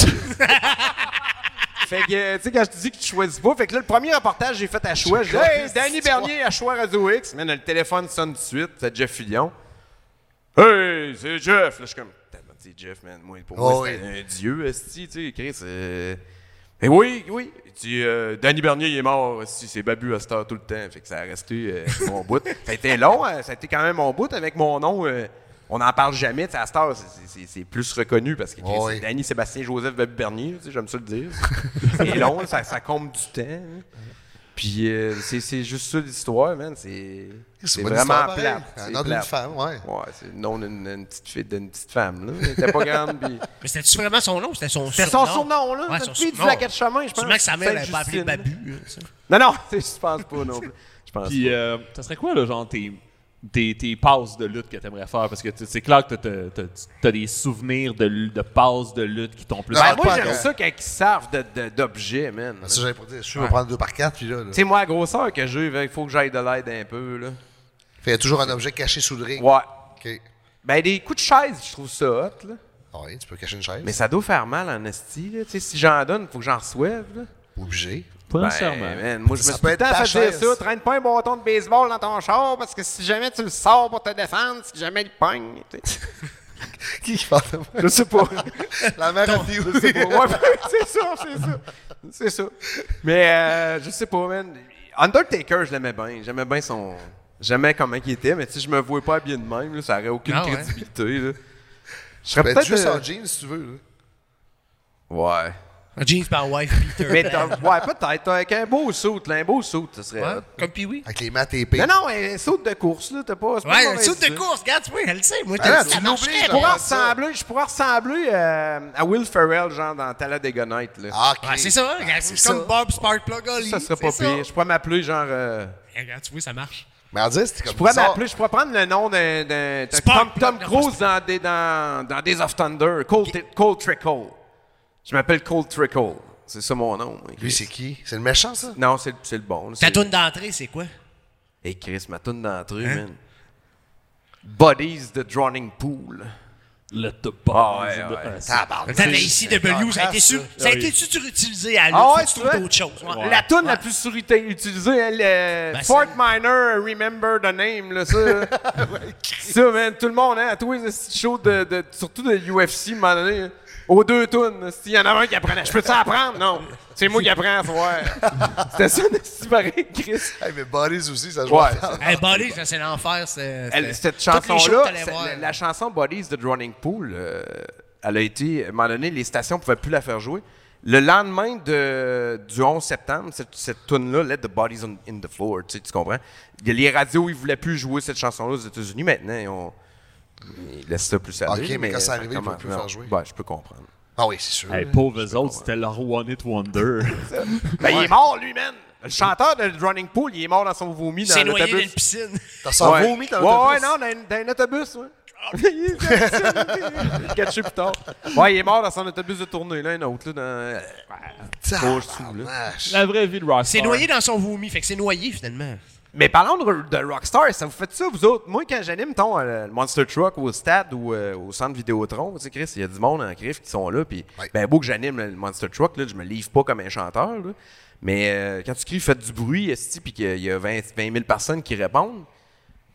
H: fait que, euh, tu sais, quand je te dis que tu choisis pas, fait que là, le premier reportage que j'ai fait à Choix, j'ai dit Hey, Danny Bernier à Choix Radio X. Man, le téléphone sonne tout de suite, c'est Jeff Fillion. Hey, c'est Jeff! Là, je suis comme. Tellement, tu sais, Jeff, man. Moi, pour
A: Oh,
H: moi, c'est un dieu, esti, tu sais, Chris. euh,
A: Eh
H: Mais oui, oui. Il dit, euh, Danny Bernier, il est mort, esti, c'est babu à cette heure tout le temps. Fait que ça a resté euh, mon
A: <laughs>
H: bout. Ça a été long, hein, ça a été quand même mon bout avec mon nom. euh, on n'en parle jamais, tu sais, à cette heure, c'est- c'est- c'est- c'est plus reconnu parce que Chris,
A: Oh, oui.
H: c'est Danny Sébastien Joseph Babu Bernier, tu sais, j'aime ça
A: <laughs>
H: le dire. c'est long, ça, ça compte du temps. hein. Puis euh, c'est c'est juste ça l'histoire, man. C'est c'est
A: bonne
H: vraiment
A: histoire, pareil.
H: plate.
A: Un
H: c'est
A: homme d'une
H: plate.
A: femme, ouais.
H: Ouais, c'est le nom d'une d'une petite fille, d'une petite femme, là. Elle était pas grande, puis...
C: Mais c'était-tu vraiment son nom ou c'était son surnom?
H: C'était son surnom, là.
C: Ouais,
H: Notre
C: son
H: fille du
C: surnom.
H: lac de chemin, je pense.
C: Sûrement que sa mère l'avait pas appelé
H: Sainte-Justine.
C: Babu. hein, ça.
H: Non, <laughs> non, je pense pas non plus. Je pense
B: Puis,
H: pas.
B: euh, ça serait quoi, là, genre, tes, tes, tes passes de lutte que t'aimerais faire? Parce que tu- c'est clair que t'as- t'as- t'as- t'as des souvenirs de, l- de passes de lutte qui t'ont plus...
H: Ben,
A: Ah,
H: moi,
A: pas
H: j'aime
A: grave.
H: ça quand ils servent de- de- d'objets, man.
A: C'est ça que
H: Tu
A: j'avais pour dire. Je suis prendre deux par quatre, puis là. là.
H: sais, moi, la grosseur que j'ai, il faut que j'aille de l'aide un peu, là.
A: Fait, il y a toujours un objet caché sous le ring.
H: Ouais.
A: OK.
H: Ben, des coups de chaise, je trouve ça hot, là.
A: Ouais, tu peux cacher une chaise.
H: Mais ça doit faire mal en esti, là. Tu sais, si j'en donne, faut que j'en reçoive, là.
A: Obligé.
B: Pas
H: Ben, man, moi, je me
A: Ça
H: suis tout
A: peut
H: le
A: être
H: temps
A: ta
H: fait
A: chaise.
H: dire ça. Traîne pas un bâton de baseball dans ton char parce que si jamais tu le sors pour te défendre, si jamais il pogne. tu sais.
A: <laughs> Qui qui parle de moi?
H: Je sais <laughs> pas.
A: La mère a dit
H: Je sais
A: oui.
H: pas.
A: <laughs>
H: Ouais, <laughs> c'est ça, c'est ça. C'est ça. Mais euh, je sais pas, man. Undertaker, je l'aimais bien. J'aimais bien son. J'aimais comment il était, mais si je me voyais pas habillé de même, là, ça aurait aucune
C: Ah ouais.
H: crédibilité. là. Je
A: Ben, Tu
H: serais
A: peux
H: peut-être.
A: être juste
H: euh,
A: en jeans si tu veux. là.
H: Ouais.
C: Un jeans par wife Peter.
H: Mais t'as-
C: Pan.
H: ouais, peut-être. Avec un beau saut, un beau saut, ce serait.
C: Ouais,
H: hot.
C: Comme Pee-wee.
A: Avec les maths épais.
H: Non, non, un saut de course, là, t'as pas. c'est pas
C: Ouais,
H: une
C: un
H: mauvaise
C: soupe de
H: idée.
C: course, regarde, tu vois, elle le sait. Moi, je
A: Ah,
C: t'ai dit,
A: tu
C: ça
A: l'oublies,
C: marcherait.
A: là.
H: Je pourrais
A: Ouais,
H: ressembler, je pourrais ressembler euh, à Will Ferrell, genre dans Talladega Night. Là.
A: Ah, ok.
C: Ouais, c'est ça, hein, regarde,
A: c'est
C: c'est comme
A: ça.
C: Bob Sparkplug Oli.
H: ça serait pas
C: c'est Eh,
H: pire. Je pourrais m'appeler genre. euh,
C: Regarde, tu vois, ça marche.
A: Mais en dire, c'était comme
H: je pourrais
A: bizarre.
H: m'appeler, je pourrais prendre le nom d'un. d'un- d'un-
C: Spark
H: Tom,
C: Plug,
H: Tom
C: non,
H: Cruise dans, des, dans, dans Days of Thunder. Cold, Cold Trickle. Je m'appelle Cold Trickle. C'est ça mon nom.
A: Lui, c'est qui? C'est le méchant, ça?
H: Non, c'est le- c'est le bon. là.
C: Ta
H: C'est- Ben,
C: toune d'entrée, c'est quoi?
H: Hey Chris, ma toune d'entrée,
C: Hein?
H: man. Bodies the Drowning Pool.
B: Le top
H: Ah, ouais, ouais.
A: Tabarnak.
C: T'as la ICW,
A: Ah,
C: ça a été sur, ça a
B: oui.
C: été surutilisé à l'autre.
H: Ah ouais,
C: tu
H: tu
C: trouves
H: vois?
C: d'autres choses. ouais.
H: La toune la plus surita- utilisée, elle, euh,
C: Ben,
H: Fort
C: c'est-
H: Minor, Remember the
C: <laughs>
H: Name, là, ça. ça, man, tout le monde, hein, à tous les esti de shows, de, de- surtout de UFC, à un moment donné, hein, aux deux tounes, s'il y en avait un qui apprenait, je peux-tu apprendre? Non, c'est moi qui apprends à
C: <laughs>
H: soir. C'était ça, c'est pareil, Chris.
A: Hey, mais Boris aussi, ça joue.
H: Ouais,
A: à faire.
C: Hey, Eh, Bolly, ça, c'est l'enfer. c'est-
H: Elle-
C: c'est-
H: cette
C: toutes les shows
H: chanson-là,
C: que t'allais
H: c'est-
C: voir.
H: la, la chanson Bodies de Drowning Pool, euh, elle a été, à un moment donné, les stations ne pouvaient plus la faire jouer. Le lendemain de, du 11 septembre, cette, cette tune-là, Let the Bodies on- in the Floor, tu, sais, tu comprends? Il y a Les radios, ils voulaient plus jouer cette chanson-là aux États-Unis. Maintenant, ils, ont- ils laissent ça plus aller.
A: Ok, mais quand c'est arrivé, ils
H: comment-
A: peuvent plus
H: non.
A: faire jouer.
H: Ouais, je peux comprendre.
A: Ah oui, c'est sûr.
B: Hey, pauvres eux autres, c'était leur One It Wonder.
H: Ben, il est mort, lui, man! Le chanteur de Drowning Pool, il est mort dans son vomi dans
C: C'est noyé dans une
H: l'autobus.
C: piscine.
A: T'as sans
H: ouais.
A: vomi, t'as
H: Ouais, ouais, non, dans, un- dans un autobus, ouais.
A: Ah,
H: Il <laughs> est catché plus tard. Ouais, il est mort dans son autobus de tournée, là, un autre, là, dans... Gauche sous, là.
B: <laughs> la vraie vie de Rockstar.
C: C'est noyé dans son vomi, fait que c'est noyé finalement.
H: Mais parlant de, de Rockstar, ça vous fait ça, vous autres? Moi, quand j'anime, ton euh, le Monster Truck au stade ou euh, au centre Vidéotron, tu sais, Chris, il y a du monde en Criff qui sont là, puis
A: Ouais.
H: ben beau que j'anime le Monster Truck, là, je me livre pas comme un chanteur, là. mais euh, quand tu cries « Faites du bruit », esti, puis qu'il y a 20, 20 000 personnes qui répondent,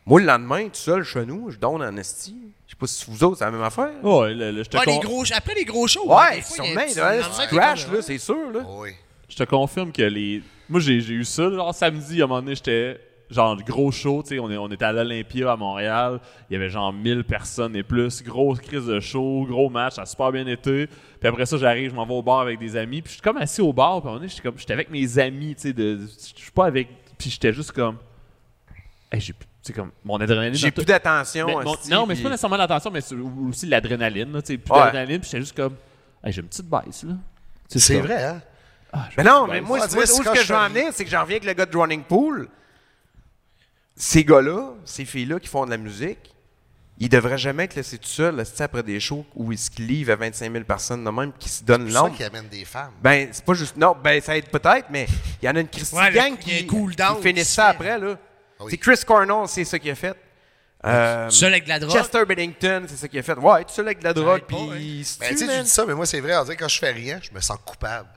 H: moi, le lendemain, tout seul, chez nous, je donne en esti. Je sais pas si vous autres, c'est la même affaire.
B: Ouais, le- le- je te
C: Ah, les
B: con-
C: gros, après les gros shows. hein,
H: Ouais,
C: des fois, il y a
H: sûrement,
C: un petit-
H: là,
C: dans le
H: si
C: sac,
H: tu crashes,
C: t'es
H: là, c'est sûr, là.
C: euh,
A: Oui.
B: Je te confirme que les. Moi, j'ai j'ai eu ça, genre samedi, à un moment donné, j'étais. Genre, gros show, tu sais, on, est- on était à l'Olympia à Montréal, il y avait genre 1000 personnes et plus, grosse crise de show, gros match, ça a super bien été. Puis après ça, j'arrive, je m'en vais au bar avec des amis, puis je suis comme assis au bar, puis à un moment donné, j'étais comme- j'étais avec mes amis, tu sais, de- je suis pas avec. Puis j'étais juste comme. Hey, j'ai plus- tu sais, comme. Mon adrénaline.
H: J'ai
B: a tout-
H: plus d'attention.
B: mais mon-
H: esti,
B: non, mais c'est
H: puis-
B: pas nécessairement l'attention, mais c'est ou- aussi l'adrénaline. là, tu sais, Puis
H: Ouais.
B: l'adrénaline, puis j'étais juste comme, hey, j'ai une petite baisse. là. Tu sais,
A: C'est
B: comme-
A: vrai, hein?
H: Mais
B: Ben,
H: non, mais moi,
A: on va
H: c'est-
A: dire,
H: moi,
A: c'est
H: où ce
A: quand
H: que
A: je
H: je veux en
A: suis
H: venir, c'est que j'en reviens avec le gars de Drowning Pool. Ces gars-là, ces filles-là qui font de la musique, ils devraient jamais être laissés tout seuls esti, après des shows où ils se livrent à 25 000 personnes de même qui se donnent
A: C'est ça
H: l'ombre.
A: qui amène des femmes.
H: Ben, c'est pas juste. Non, ben, ça aide peut-être, mais il y en a une Christy
C: Ouais, le-
H: Gang
C: il y a
H: qui,
C: un cool down
H: qui finissent
C: qui
H: ça
C: se fait. Ah
H: après, là.
A: oui.
H: C'est Chris Cornell, c'est ça qu'il a fait. Euh,
C: Seul avec de la drogue.
H: Chester Bennington, c'est ça qu'il a fait. Ouais, tout seul avec de la drogue,
C: arrête
H: puis
C: pas, hein.
H: il se
A: Ben,
H: tue,
A: tu sais,
H: man.
A: tu dis ça, mais moi, c'est vrai. On dirait que quand je fais rien, je me sens coupable.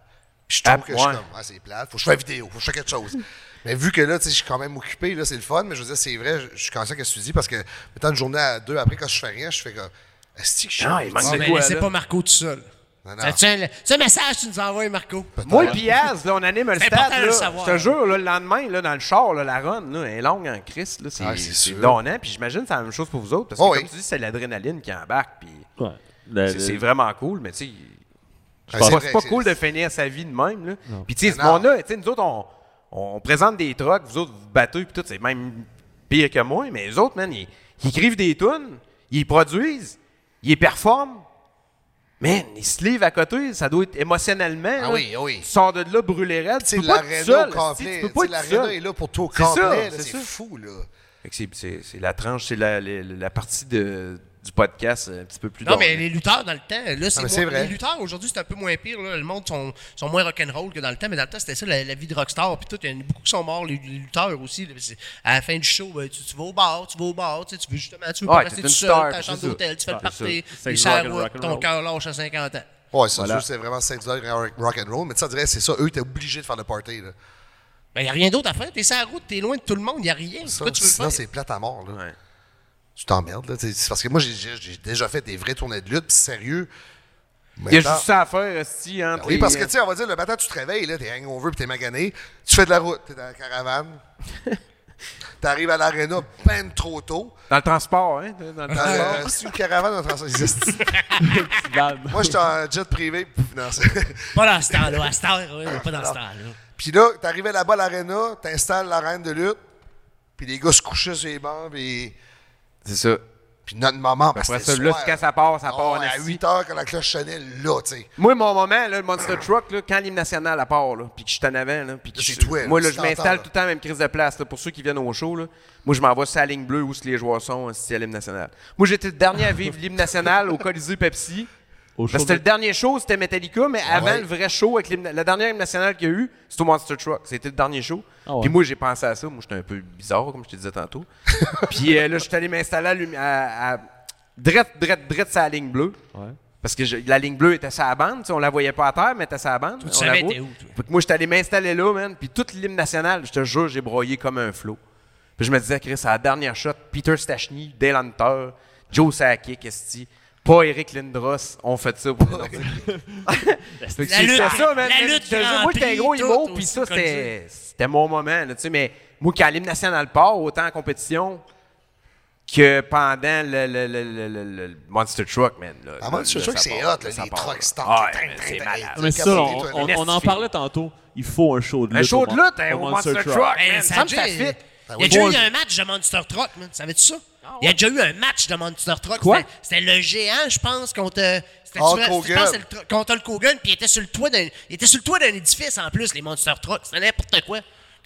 A: Puis je trouve
H: Ah,
A: que je suis
H: ouais. <laughs>
A: comme, ah, c'est plate. Faut que je fasse vidéo, faut que je fasse quelque chose. Mais vu que là, tu sais, je suis quand même occupé, là, c'est le fun, mais je veux dire, c'est vrai, je- je suis conscient que ce que tu dis parce que, mettons une journée à deux après, quand je fais rien, je fais comme. Esti, que je suis.
H: Non, il manque
A: Ah,
H: de
A: mais
C: Mais
H: quoi,
A: laissez
C: laissez
H: là?
C: pas Marco tout seul.
A: Non, non.
C: C'est un, c'est un message que tu nous envoies, Marco.
H: Moi et Piaz, là, on anime le
C: C'est
H: stade.
C: important de
H: Là,
C: le
H: je
C: savoir.
H: te jure, là, le lendemain, là, dans le char, là, la run là, elle est longue en crise. là, C'est
A: Ah, c'est
H: c'est
A: sûr.
H: donnant. Puis j'imagine que c'est la même chose pour vous autres. Parce que,
A: Oh,
H: comme
A: oui.
H: tu dis, c'est l'adrénaline qui embarque. Puis
B: Ouais. Le-
H: c'est-
B: le-
H: c'est vraiment cool. Mais tu sais,
A: Ah,
H: je pense
A: c'est
H: pas-
A: vrai,
H: c'est pas
A: c'est-
H: cool de finir sa vie de même. Là. Puis tu sais, ce
A: Non.
H: qu'on a, tu sais, nous autres, on, on présente des trucks, vous autres, vous battez, puis tout, c'est même pire que moi. Mais les autres, man, ils, ils écrivent des tunes, ils produisent, ils performent. Man, ils se livrent à côté, ça doit être émotionnellement.
A: Ah
H: là.
A: oui, ah oui.
H: Tu sors de là brûlé raide, tu
A: C'est
H: peux pas être
A: l'aréna
H: seul,
A: au
H: si,
A: complet.
H: tu
A: Tu
H: peux
A: sais,
H: pas être
A: L'aréna
H: seul.
A: est là pour tout au
H: C'est ça,
A: complet. là,
H: c'est
A: C'est
H: ça.
A: fou, là.
H: Fait que c'est- C'est c'est la tranche, c'est la, la- la partie de- du podcast euh, un petit peu plus
C: Non,
H: longue.
C: mais les lutteurs dans le temps, là, c'est
A: mais
C: moins-
A: c'est vrai.
C: Les lutteurs aujourd'hui, c'est un peu moins pire. là. Le monde sont, sont moins rock'n'roll que dans le temps, mais dans le temps, c'était ça, la, la vie de rockstar. Puis tout, il y en a beaucoup qui sont morts, les, les lutteurs aussi. là. C'est- À la fin du show, ben, tu, tu vas au bar, tu vas au bar, tu, sais, tu veux justement, tu veux pas
H: Ouais,
C: rester
H: t'es
C: tout
H: une
C: seul,
H: star,
C: ta
H: puis
C: chambre
H: c'est ça.
C: d'hôtel, tu fais le
H: Ouais, c'est
C: party,
B: ça.
C: puis
B: Sex,
C: ça
B: drug and
C: route,
B: rock'n'roll.
C: ton cœur lâche à 50 ans.
A: Ouais, ça, ça,
B: Voilà.
A: c'est vraiment 5 heures rock and roll, mais tu sais, on dirait, c'est ça, eux étaient obligés de faire le party. Là.
C: Ben, y a rien d'autre à faire. T'es sur la route, t'es loin de tout le monde, y a rien.
A: Ça,
C: Pourquoi tu veux le
A: sinon,
C: faire?
A: c'est plate à mort. Là.
H: Ouais.
A: Tu t'emmerdes. là, tu sais, C'est parce que moi, j'ai- j'ai j'ai déjà fait des vraies tournées de lutte, pis sérieux.
H: Il y a
A: Maintenant-
H: juste ça à faire, Esti. Hein,
A: Ben Oui, parce que, tu sais, on va dire, le matin, tu te réveilles, là, t'es hangover puis t'es magané. Tu fais de la route, t'es dans la
H: <laughs>
A: caravane. T'arrives à l'aréna peine trop tôt.
H: Dans le transport, hein? Dans le
A: Dans
H: transport.
A: le- c'est une caravane dans le transport. Ils disent,
H: <laughs>
B: Dame.
A: Moi, j'étais en jet privé. Pff, non, <laughs> c'est-
C: Pas dans ce temps-là, à ce temps-là, ouais, pas dans ce temps-là.
A: Puis là, t'arrivais là-bas à l'aréna, t'installes l'arène de lutte, puis les gars se couchaient sur les bancs, puis,
H: C'est ça.
A: puis notre maman, parce
H: Après
A: que
H: ça,
A: c'était
H: là,
A: soir.
H: quand ça part, ça
A: Ah
H: part en
A: ouais, à
H: esti.
A: 8 h quand la cloche sonnait, là, tu sais.
H: Moi, mon moment, là, le Monster Truck, là, quand l'hymne national à part, là, puis que je suis en avant, là, puis que
A: C'est
H: je-
A: toi, là,
H: moi, là,
A: tu
H: je
A: t'entends,
H: m'installe
A: là.
H: tout le temps à la même crise de place. là, pour ceux qui viennent au show, là, moi, je m'envoie sur la ligne bleue où c'est les joueurs sont, hein, c'est à l'hymne national. Moi, j'étais le dernier à vivre l'hymne national au Colisée Pepsi.
B: Au
H: Ben,
B: show
H: c'était
B: de-
H: le dernier show, c'était Metallica, mais
B: Ah
H: avant
A: ouais.
H: le vrai show, avec l'hymne- la dernière hymne nationale qu'il y a eu, c'était au Monster Truck. C'était le dernier show.
B: Ah ouais.
H: Puis moi, j'ai pensé à ça. Moi, j'étais un peu bizarre, comme je te disais tantôt.
B: <laughs>
H: Puis euh, là, je suis allé m'installer à, lumi- à, à- drette, drette, drette sur la ligne bleue.
B: Ouais.
H: Parce que je- la ligne bleue était sur la bande, tu sais, on la voyait pas à terre, mais elle était sur la bande.
C: tu
H: on
C: savais
H: la voit.
C: t'es où, toi?
H: Fait que moi, j'étais allé m'installer là, man. Puis toute l'hymne nationale, je te jure, j'ai broyé comme un flot. Puis je me disais, Chris, à la dernière shot, Peter Stachny, Dale Hunter, Joe Sakic, Esti, pas Eric Lindros, on fait ça pour
C: <laughs>
H: les Fait que
C: La
H: c'est-
C: lutte-
H: c'est ça, man.
C: la
H: Je te
C: lutte
H: jure, Moi, j'étais un
C: remplie
H: gros
C: tout
H: emo, puis
C: aussi,
H: ça,
C: comme tu
H: c'était c'était mon moment, là, tu sais. Mais moi, quand l'hymne national part, autant en compétition que pendant le, le- le- le- le- le Monster Truck, man. Là,
A: Ah, moi, je suis
H: Là,
A: sûr que
H: ça
A: c'est
H: part,
A: hot, là,
H: ça
A: les
H: part,
A: trucks
H: là.
A: stars.
H: Ouais, mais c'est malade.
B: Ah, Mais ça, on,
A: Capoté, toi,
B: on-
H: là.
B: on en parlait tantôt. Il faut un show de lutte.
H: Un show
B: au
H: de
B: Mon-
H: lutte, hein,
B: au
H: au Monster Truck.
C: Hey,
H: man,
C: Eh, ça
H: ça
C: a
H: me
C: déjà-
H: fait fit.
C: Il y a déjà eu un match de Monster Truck, man. Savais-tu ça? Il y a déjà eu un match de Monster Truck.
B: Quoi?
C: C'était- C'était le géant, je pense, contre. C'était
A: Hulk
C: sur- je
A: Hogan.
C: pense que c'était le tr- contre Hulk Hogan, puis il était sur le toit d'un. Il était sur le toit d'un édifice en plus, les Monster Truck. C'était n'importe quoi.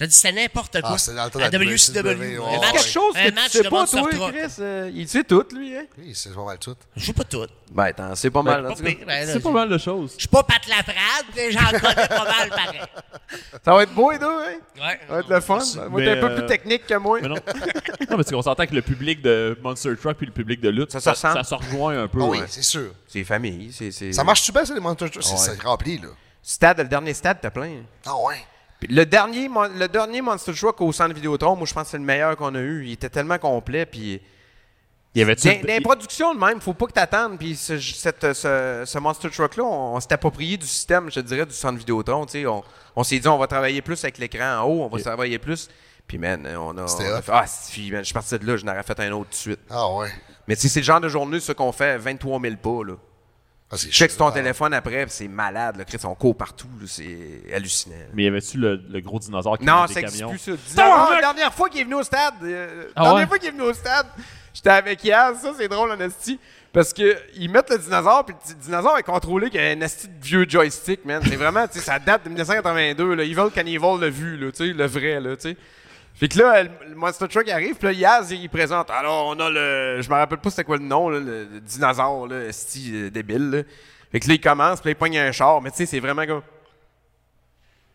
C: Je te dis, c'était n'importe quoi.
A: c'était dans le temps
C: À
A: de la
C: WCW.
A: WCW,
C: Un
A: ouais.
C: match-
H: quelque chose
C: un
H: que tu
C: match
H: sais
C: de
H: pas,
C: Monster
H: toi,
C: Truck.
H: Chris. euh, il sait tout, lui, hein?
A: Oui, c'est pas mal tout.
C: Je sais pas tout.
H: Ben, t'en sais pas mal.
C: Pas
H: en tout cas.
C: pire, ben, là,
B: C'est pas mal de choses.
C: Je suis pas Pat Laprade, mais j'en connais pas mal pareil.
H: Ça va être beau, les deux, hein?
C: Ouais.
H: Ça va être le fun. Moi, t'es
B: Mais,
H: un peu
B: euh,
H: plus technique que moi.
B: Mais non.
H: <laughs>
B: non, parce qu'on s'entend que le public de Monster Truck puis le public de lutte,
H: Ça se
B: ça,
H: ressemble.
B: se rejoint un peu.
A: Ah oui,
B: ouais.
A: c'est sûr.
H: C'est famille, c'est... c'est-
A: Ça marche-tu bien, ça, les Monster Trucks? C'est-
H: Ouais.
A: C'est rempli, là.
H: Stade, le dernier stade, t'as plein.
A: Ah, ouais.
H: Puis Le dernier, mon- le dernier Monster Truck au centre Vidéotron, moi, je pense que c'est le meilleur qu'on a eu. Il était tellement complet, puis...
B: Il y avait
H: Dans, dans les productions, de même, faut pas que t'attendes. Puis ce, cette- ce- ce Monster Truck-là, on, on s'est approprié du système, je te dirais, du centre Vidéotron. tu sais. On, on s'est dit, on va travailler plus avec l'écran en haut, on va travailler plus. Puis, man, on a.
A: C'était
H: on a
A: hot.
H: fait- ah, si, puis, man, je suis parti de là, je n'aurais fait un autre tout de suite.
A: Ah, ouais.
H: Mais tu sais, c'est le genre de journée, ce qu'on fait, 23 000 pas, là.
A: Ah, c'est
H: Check
A: chaud,
H: sur ton
A: ah.
H: téléphone après, puis c'est malade, là. Chris, on court partout, là, c'est hallucinant. là.
B: Mais y avait-tu le, le gros dinosaure qui
H: Non,
B: faisait
H: ça
B: des
H: existe
B: camions?
H: plus ça. Dis-le. Ah, la dernière fois qu'il est venu au stade, euh, la
B: Ah
H: dernière
B: ouais?
H: fois qu'il est venu au stade, j'étais avec Yaz, ça c'est drôle en esti, parce que ils mettent le dinosaure puis le di- dinosaure est contrôlé qu'il y a un esti de vieux joystick, man. C'est vraiment, tu sais, ça date de 1982 là, Evil Cannibal l'a vu là, tu sais, le vrai là, tu sais. Fait que là, le le Monster Truck arrive, puis là, Yaz, il présente. Alors, on a le. Je me rappelle pas c'était quoi le nom, là, le, le dinosaure, là, esti euh, débile, là. Fait que là, il commence, puis là, il pogne un char, mais tu sais, c'est vraiment comme.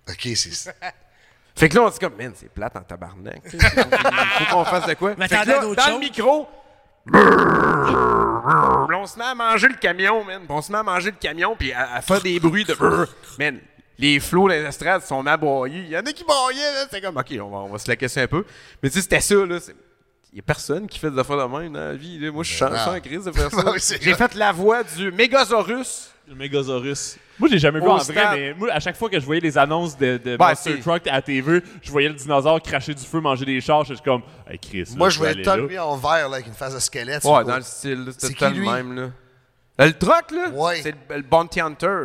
A: Ah, OK, c'est...
H: Fait que là, on se dit comme, man, c'est plate en tabarnak.
C: <laughs>
H: tu sais. Faut qu'on fasse de quoi?
C: Mais
H: Fait que
C: t'entends
H: là, dans
C: d'autres
H: le
C: choses?
H: micro, on se met à manger le camion, man. Puis On se met à manger le camion, puis à, à faire des bruits de. Man, les flots des estrades sont mis à broyer. Il y en a qui broyaient, là. C'était comme, OK, on va, on va se la casser un peu. Mais tu sais, c'était ça, là. c'est- Il n'y a personne qui fait des affaires de même dans la vie. là. Moi, je suis
B: Ben,
H: chanceux
B: non.
H: en crise de faire ça. <laughs>
B: Oui, c'est
H: J'ai
B: vrai.
H: fait la voix du Mégasaurus.
B: Le Mégasaurus. Moi, j'ai jamais vu
H: Au
B: en
H: stade.
B: vrai, mais moi, à chaque fois que je voyais les annonces de, de
H: Ben,
B: Monster
H: c'est-
B: Truck à TV, je voyais le dinosaure cracher du feu, manger des charges, je suis comme, hey Chris. là,
A: Moi, je voulais
B: aller
A: Tom
B: là.
A: lui en vert, là, avec une face de squelette.
H: Ouais,
A: c'est
H: dans
A: beau.
H: le style, là,
A: C'est
H: c'était
A: qui,
H: tout le
A: lui?
H: même, là. Ben, le truck, là, c'est le, le Bounty Hunter.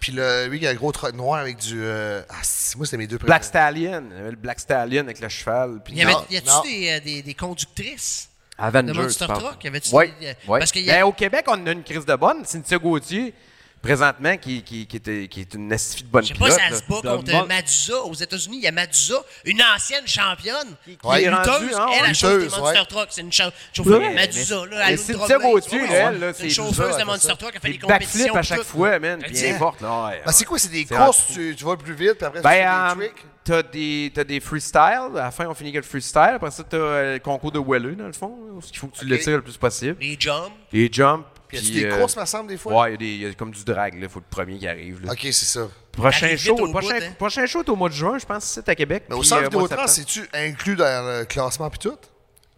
A: Puis le, lui, il a un gros truc noir avec du. euh, Ah, c'est- moi, c'était mes deux préférés.
H: Black Stallion. Il y avait le Black Stallion avec le cheval. Puis
C: Il y avait,
H: Non,
C: y a-tu
H: non.
C: des, euh, des- des conductrices
H: Avengers,
C: de Monster
H: je pense.
C: Truck? Y avait-tu
H: Ouais,
C: des, euh,
H: ouais.
C: Parce qu'il y
H: Ben,
C: a...
H: au Québec, on a une crise de bonne. Cynthia Gauthier, présentement, qui, qui, qui, était- qui est une estifie de bonne
C: Je sais
H: pilote.
C: pas si elle
H: là.
C: se bat contre Madusa. Aux États-Unis, il y a Madusa, une ancienne championne, qui
H: Ouais,
C: est
H: rendue,
C: lutteuse.
H: hein,
C: elle, a chauffe des
H: lutteuse,
C: Monster
H: ouais.
C: Truck. C'est une cha- chauffeuse.
H: Ouais,
C: Madusa, là,
H: mais-
C: elle
H: mais
C: a
H: Cynthia
C: Ultra Blaze,
H: Gauthier,
C: ouais,
H: elle, là,
C: C'est une
H: c'est
C: chauffeuse
H: ça,
C: de
H: c'est
C: Monster
H: ça.
C: Truck. Elle fait
H: Des
C: des compétitions.
H: backflips à chaque
C: tout.
H: fois, man,
C: Je
H: puis
C: dis-
H: importe, là, ouais.
A: Ben, c'est quoi, c'est des
H: C'est
A: courses,
H: hot.
A: tu, tu vas le plus vite, puis après, tu fais
H: Ben,
A: des
H: euh,
A: tricks.
H: t'as des, t'as des freestyles. À la fin, on finit avec le freestyle. Après ça, t'as euh, le concours de Welleux, dans le fond. là, où il faut que tu
A: Ok.
H: le tires le plus possible.
C: Les jumps.
H: Les jumps. euh,
A: Puis y a-tu des courses, me semble, des fois,
H: Ouais, il y a des- il y, a comme du drag. Il faut le premier qui arrive. là.
A: Ok, c'est ça.
H: Prochain
A: T'arrives
H: show,
A: vite au
H: prochain,
A: bout, hein.
H: prochain show est au mois de juin, je pense, c'est à Québec.
A: Mais au
H: puis,
A: centre
H: euh, mois de
A: Vidéotron,
H: septembre.
A: c'est-tu inclus dans le classement, puis tout?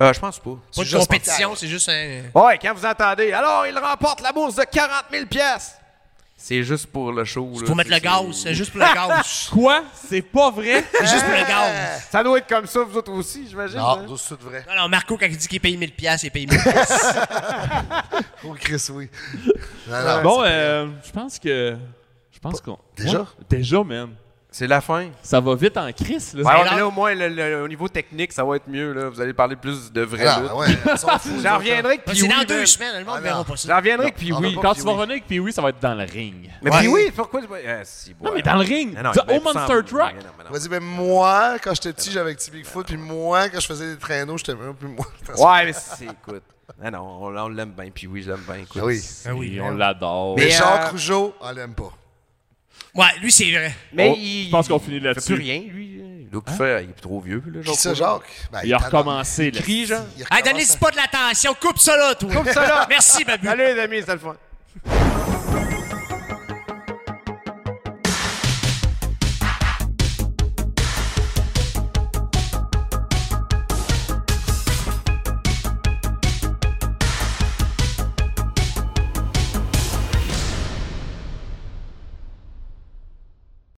H: Euh, je pense pas.
A: C'est
C: Pas de
A: juste
C: compétition, c'est juste un.
H: Ouais, quand vous entendez, alors il remporte la bourse de 40 000 pièces. C'est juste pour le show. là.
C: Pour mettre le gaz,
H: <laughs>
C: c'est juste pour le gaz.
H: Quoi? C'est pas vrai?
C: C'est juste pour le gaz.
H: <laughs> Ça doit être comme ça, vous autres aussi, j'imagine.
A: Non,
H: hein?
A: nous autres, c'est tout vrai.
C: Non, non, Marco, quand il dit qu'il paye 1000$, piastres, il paye 1000$.
A: Oh, Chris, <laughs> oui.
B: Ah, bon, euh, je pense que. Je pense qu'on.
H: Déjà?
B: Ouais, déjà, même.
H: C'est la fin.
B: Ça va vite en crise, là.
H: Ouais, on est là, au moins, le- le- au niveau technique, ça va être mieux. Là. Vous allez parler plus de vrai
B: Ah,
H: lutte.
B: ouais, on s'en fout, nous
H: J'en
B: autres,
H: reviendrai que
C: C'est
H: Pee-wee,
C: dans deux
H: man.
C: semaines, le monde verra pas ça.
H: J'en reviendrai que
B: Non,
H: Pee-wee.
B: Quand tu vas revenir avec Pee-Wee, ça va être dans le ring.
H: Mais puis oui, pourquoi? Euh, si,
B: Non,
H: ouais.
B: mais dans le ring.
H: Non, non, ben,
B: Du-
H: il est
B: au
H: bien
B: Monster
H: plus en-
B: Truck.
A: Vas-y, ben moi, quand j'étais petit, j'avais un petit Bigfoot, puis moi, quand je faisais des traîneaux, j'étais même plus moi.
H: Ouais, mais c'est, écoute. Ah non, on, on l'aime bien, puis Ben oui, je l'aime bien, écoute.
A: Ah oui.
B: Ah oui, on l'adore.
A: Mais
H: Mais,
A: Jean
H: euh,
A: Rougeau, on l'aime pas.
C: Ouais, lui, c'est vrai.
H: Mais
B: Oh,
H: il-
B: je pense qu'on finit
H: il fait
B: là-dessus. Hein?
H: plus rien, lui. Il doit plus faire, il est trop vieux, là,
A: Qui ça, Jacques? Ben,
B: Il a
A: est
B: recommencé, là.
H: Crie, genre.
A: Il
C: Hey, donnez-y pas de l'attention. Coupe ça là, toi.
H: Coupe ça là.
C: <laughs> Merci, Babu.
H: Salut, les amis, c'est le fun.